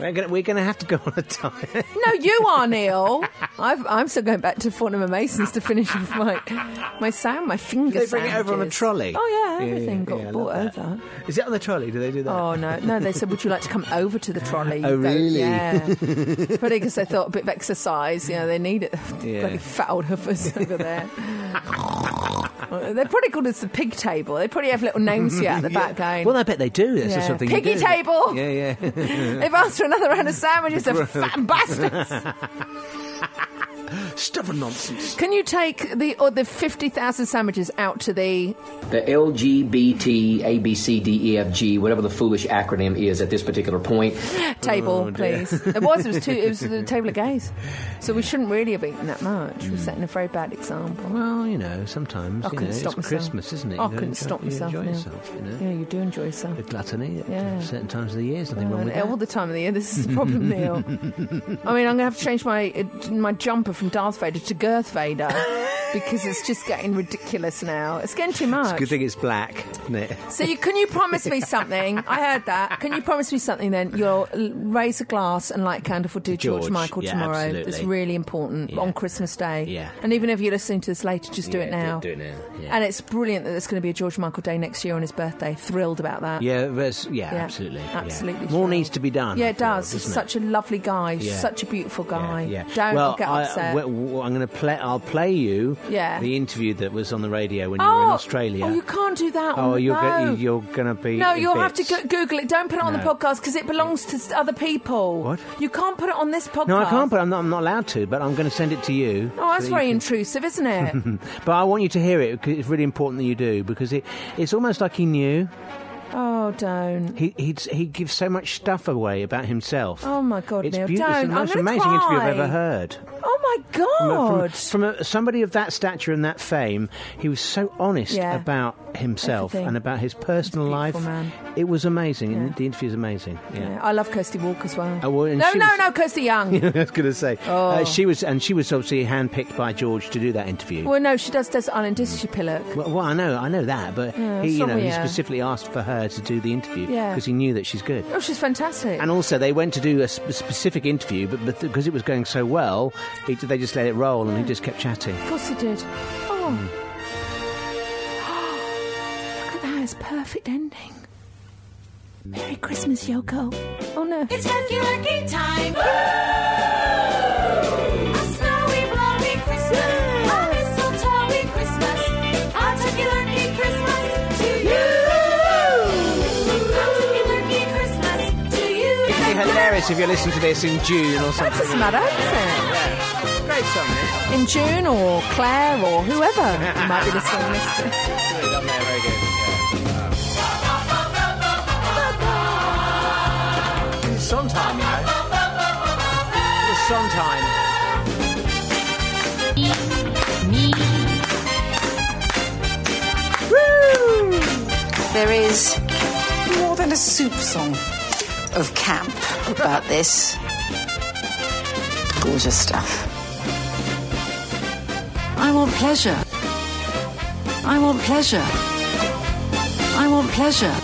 Speaker 2: We're going we're gonna have to go on a diet.
Speaker 3: No, you are Neil. I've, I'm still going back to Fortnum and Masons to finish off my my sound, my finger.
Speaker 2: they bring it over on a
Speaker 3: sandwiches.
Speaker 2: trolley.
Speaker 3: Oh yeah, everything got
Speaker 2: I love
Speaker 3: brought
Speaker 2: that.
Speaker 3: over.
Speaker 2: Is it on the trolley? Do they do that?
Speaker 3: Oh no, no. They said, "Would you like to come over to the trolley?"
Speaker 2: Oh, really?
Speaker 3: Yeah. Probably because they thought a bit of exercise. You know, they need it.
Speaker 2: Yeah.
Speaker 3: Bloody fat old hoofers over there. They're probably called us the pig table. They probably have little names for you at the back going.
Speaker 2: Well, I bet they do. That's
Speaker 3: Yeah.
Speaker 2: just something.
Speaker 3: Piggy
Speaker 2: you do.
Speaker 3: table.
Speaker 2: Yeah, yeah.
Speaker 3: They've asked for another round of sandwiches. They're fat bastards.
Speaker 2: Stuff and nonsense.
Speaker 3: Can you take the or the fifty thousand sandwiches out to the
Speaker 15: The LGBT ABCDEFG, E whatever the foolish acronym is at this particular point.
Speaker 3: table,
Speaker 15: Oh, dear.
Speaker 3: please? It was. It was two. It was the table of gays. So we shouldn't really have eaten that much. We're setting a very bad example.
Speaker 2: Well, you know, sometimes
Speaker 3: I
Speaker 2: you know,
Speaker 3: couldn't
Speaker 2: it's
Speaker 3: stop myself.
Speaker 2: Christmas, isn't it?
Speaker 3: I
Speaker 2: You gotta
Speaker 3: couldn't
Speaker 2: enjoy-
Speaker 3: stop
Speaker 2: you
Speaker 3: myself
Speaker 2: Enjoy
Speaker 3: now.
Speaker 2: yourself, you know.
Speaker 3: Yeah, you do enjoy yourself.
Speaker 2: The gluttony eh? at
Speaker 3: Yeah.
Speaker 2: certain times of the year. There's nothing wrong with
Speaker 3: All the time of the year. This is the problem, Neil. I mean, I'm going to have to change my uh, my jumper from Darth Vader to Girth Vader because it's just getting ridiculous now. It's getting too much.
Speaker 2: It's a good thing it's black, isn't it?
Speaker 3: So you, can you promise me something? I heard that. Can you promise me something then? You'll l- raise a glass and light a candle for dear George,
Speaker 2: George,
Speaker 3: Michael
Speaker 2: yeah,
Speaker 3: tomorrow.
Speaker 2: absolutely.
Speaker 3: It's really important on Christmas Day.
Speaker 2: Yeah.
Speaker 3: And even if you're listening to this later, just do
Speaker 2: Yeah,
Speaker 3: it now.
Speaker 2: do- do it now, yeah.
Speaker 3: And it's brilliant that there's going to be a George Michael Day next year on his birthday. Thrilled about that.
Speaker 2: Yeah, there's, yeah,
Speaker 3: Yeah,
Speaker 2: absolutely. yeah.
Speaker 3: absolutely
Speaker 2: More needs to be done.
Speaker 3: Yeah,
Speaker 2: I
Speaker 3: it
Speaker 2: feel,
Speaker 3: does. He's
Speaker 2: doesn't it?
Speaker 3: such a lovely guy,
Speaker 2: Yeah.
Speaker 3: such a beautiful guy.
Speaker 2: Yeah.
Speaker 3: Don't
Speaker 2: well,
Speaker 3: get
Speaker 2: I, uh,
Speaker 3: upset.
Speaker 2: w- w- I'm going to play. I'll play you.
Speaker 3: Yeah.
Speaker 2: The interview that was on the radio when you were in Australia.
Speaker 3: Oh, you can't do that.
Speaker 2: Oh,
Speaker 3: on,
Speaker 2: you're
Speaker 3: no.
Speaker 2: go- you're going to be.
Speaker 3: No,
Speaker 2: in
Speaker 3: you'll have to
Speaker 2: bits.
Speaker 3: go- Google it. Don't put it on the
Speaker 2: No.
Speaker 3: podcast because it belongs to s- other people.
Speaker 2: What?
Speaker 3: You can't put it on this podcast.
Speaker 2: No, I can't. But I'm not. I'm not allowed to. But I'm going to send it to you.
Speaker 3: Oh,
Speaker 2: so
Speaker 3: that's
Speaker 2: that you
Speaker 3: very intrusive, isn't it?
Speaker 2: but I want you to hear it because it's really important that you do because it, it's almost like he knew.
Speaker 3: oh, don't.
Speaker 2: He he'd, he gives so much stuff away about himself.
Speaker 3: Oh my God,
Speaker 2: it's
Speaker 3: Neil!
Speaker 2: beautiful. It's
Speaker 3: Don't.
Speaker 2: the
Speaker 3: I'm
Speaker 2: most
Speaker 3: gonna
Speaker 2: amazing interview I've
Speaker 3: cry.
Speaker 2: ever heard.
Speaker 3: Oh my
Speaker 2: From a-
Speaker 3: God!
Speaker 2: From, from a, somebody of that stature and that fame, he was so honest
Speaker 3: Yeah.
Speaker 2: about himself
Speaker 3: Everything.
Speaker 2: and about his personal life.
Speaker 3: beautiful man.
Speaker 2: It was amazing. and
Speaker 3: Yeah.
Speaker 2: The interview is amazing. Yeah.
Speaker 3: Yeah, I love Kirsty Walk as well.
Speaker 2: Oh, well, and
Speaker 3: no,
Speaker 2: she
Speaker 3: no,
Speaker 2: was-
Speaker 3: no, Kirsty Young.
Speaker 2: I was going to say uh,
Speaker 3: Oh.
Speaker 2: she was, and she was obviously handpicked by George to do that interview.
Speaker 3: Well, no, she does Desert Island, doesn't she, Pillock?
Speaker 2: Well, well, I know, I know that, but
Speaker 3: Yeah,
Speaker 2: he, you
Speaker 3: so
Speaker 2: know, he
Speaker 3: weird.
Speaker 2: specifically asked for her to do the interview because he
Speaker 3: Yeah.
Speaker 2: knew that she's good.
Speaker 3: Oh, she's fantastic.
Speaker 2: And also, they went to do a sp- specific interview, but, but because it was going so well, he, they just let it roll, and he just kept chatting.
Speaker 3: Of course he did. Oh. Look at that, it's perfect ending. Merry Christmas, Yoko. Oh no.
Speaker 8: It's turkey lurkey time. A snowy, blowy Christmas. I'll be so
Speaker 2: nice if you listen to this in June or something.
Speaker 3: Doesn't matter, does
Speaker 2: Great song. this.
Speaker 3: it? In June or Claire or whoever you might be listening to this to.
Speaker 2: Really done there, very good. Yeah. It's song time, you know. It's song time.
Speaker 1: There is more than a soup song of camp about this. Gorgeous stuff. I want pleasure. I want pleasure. I want pleasure.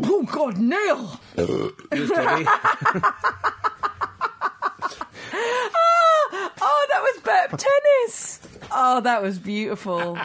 Speaker 3: Oh, God, Neil! Ah, oh, that was Burp Tennis. Oh, that was beautiful.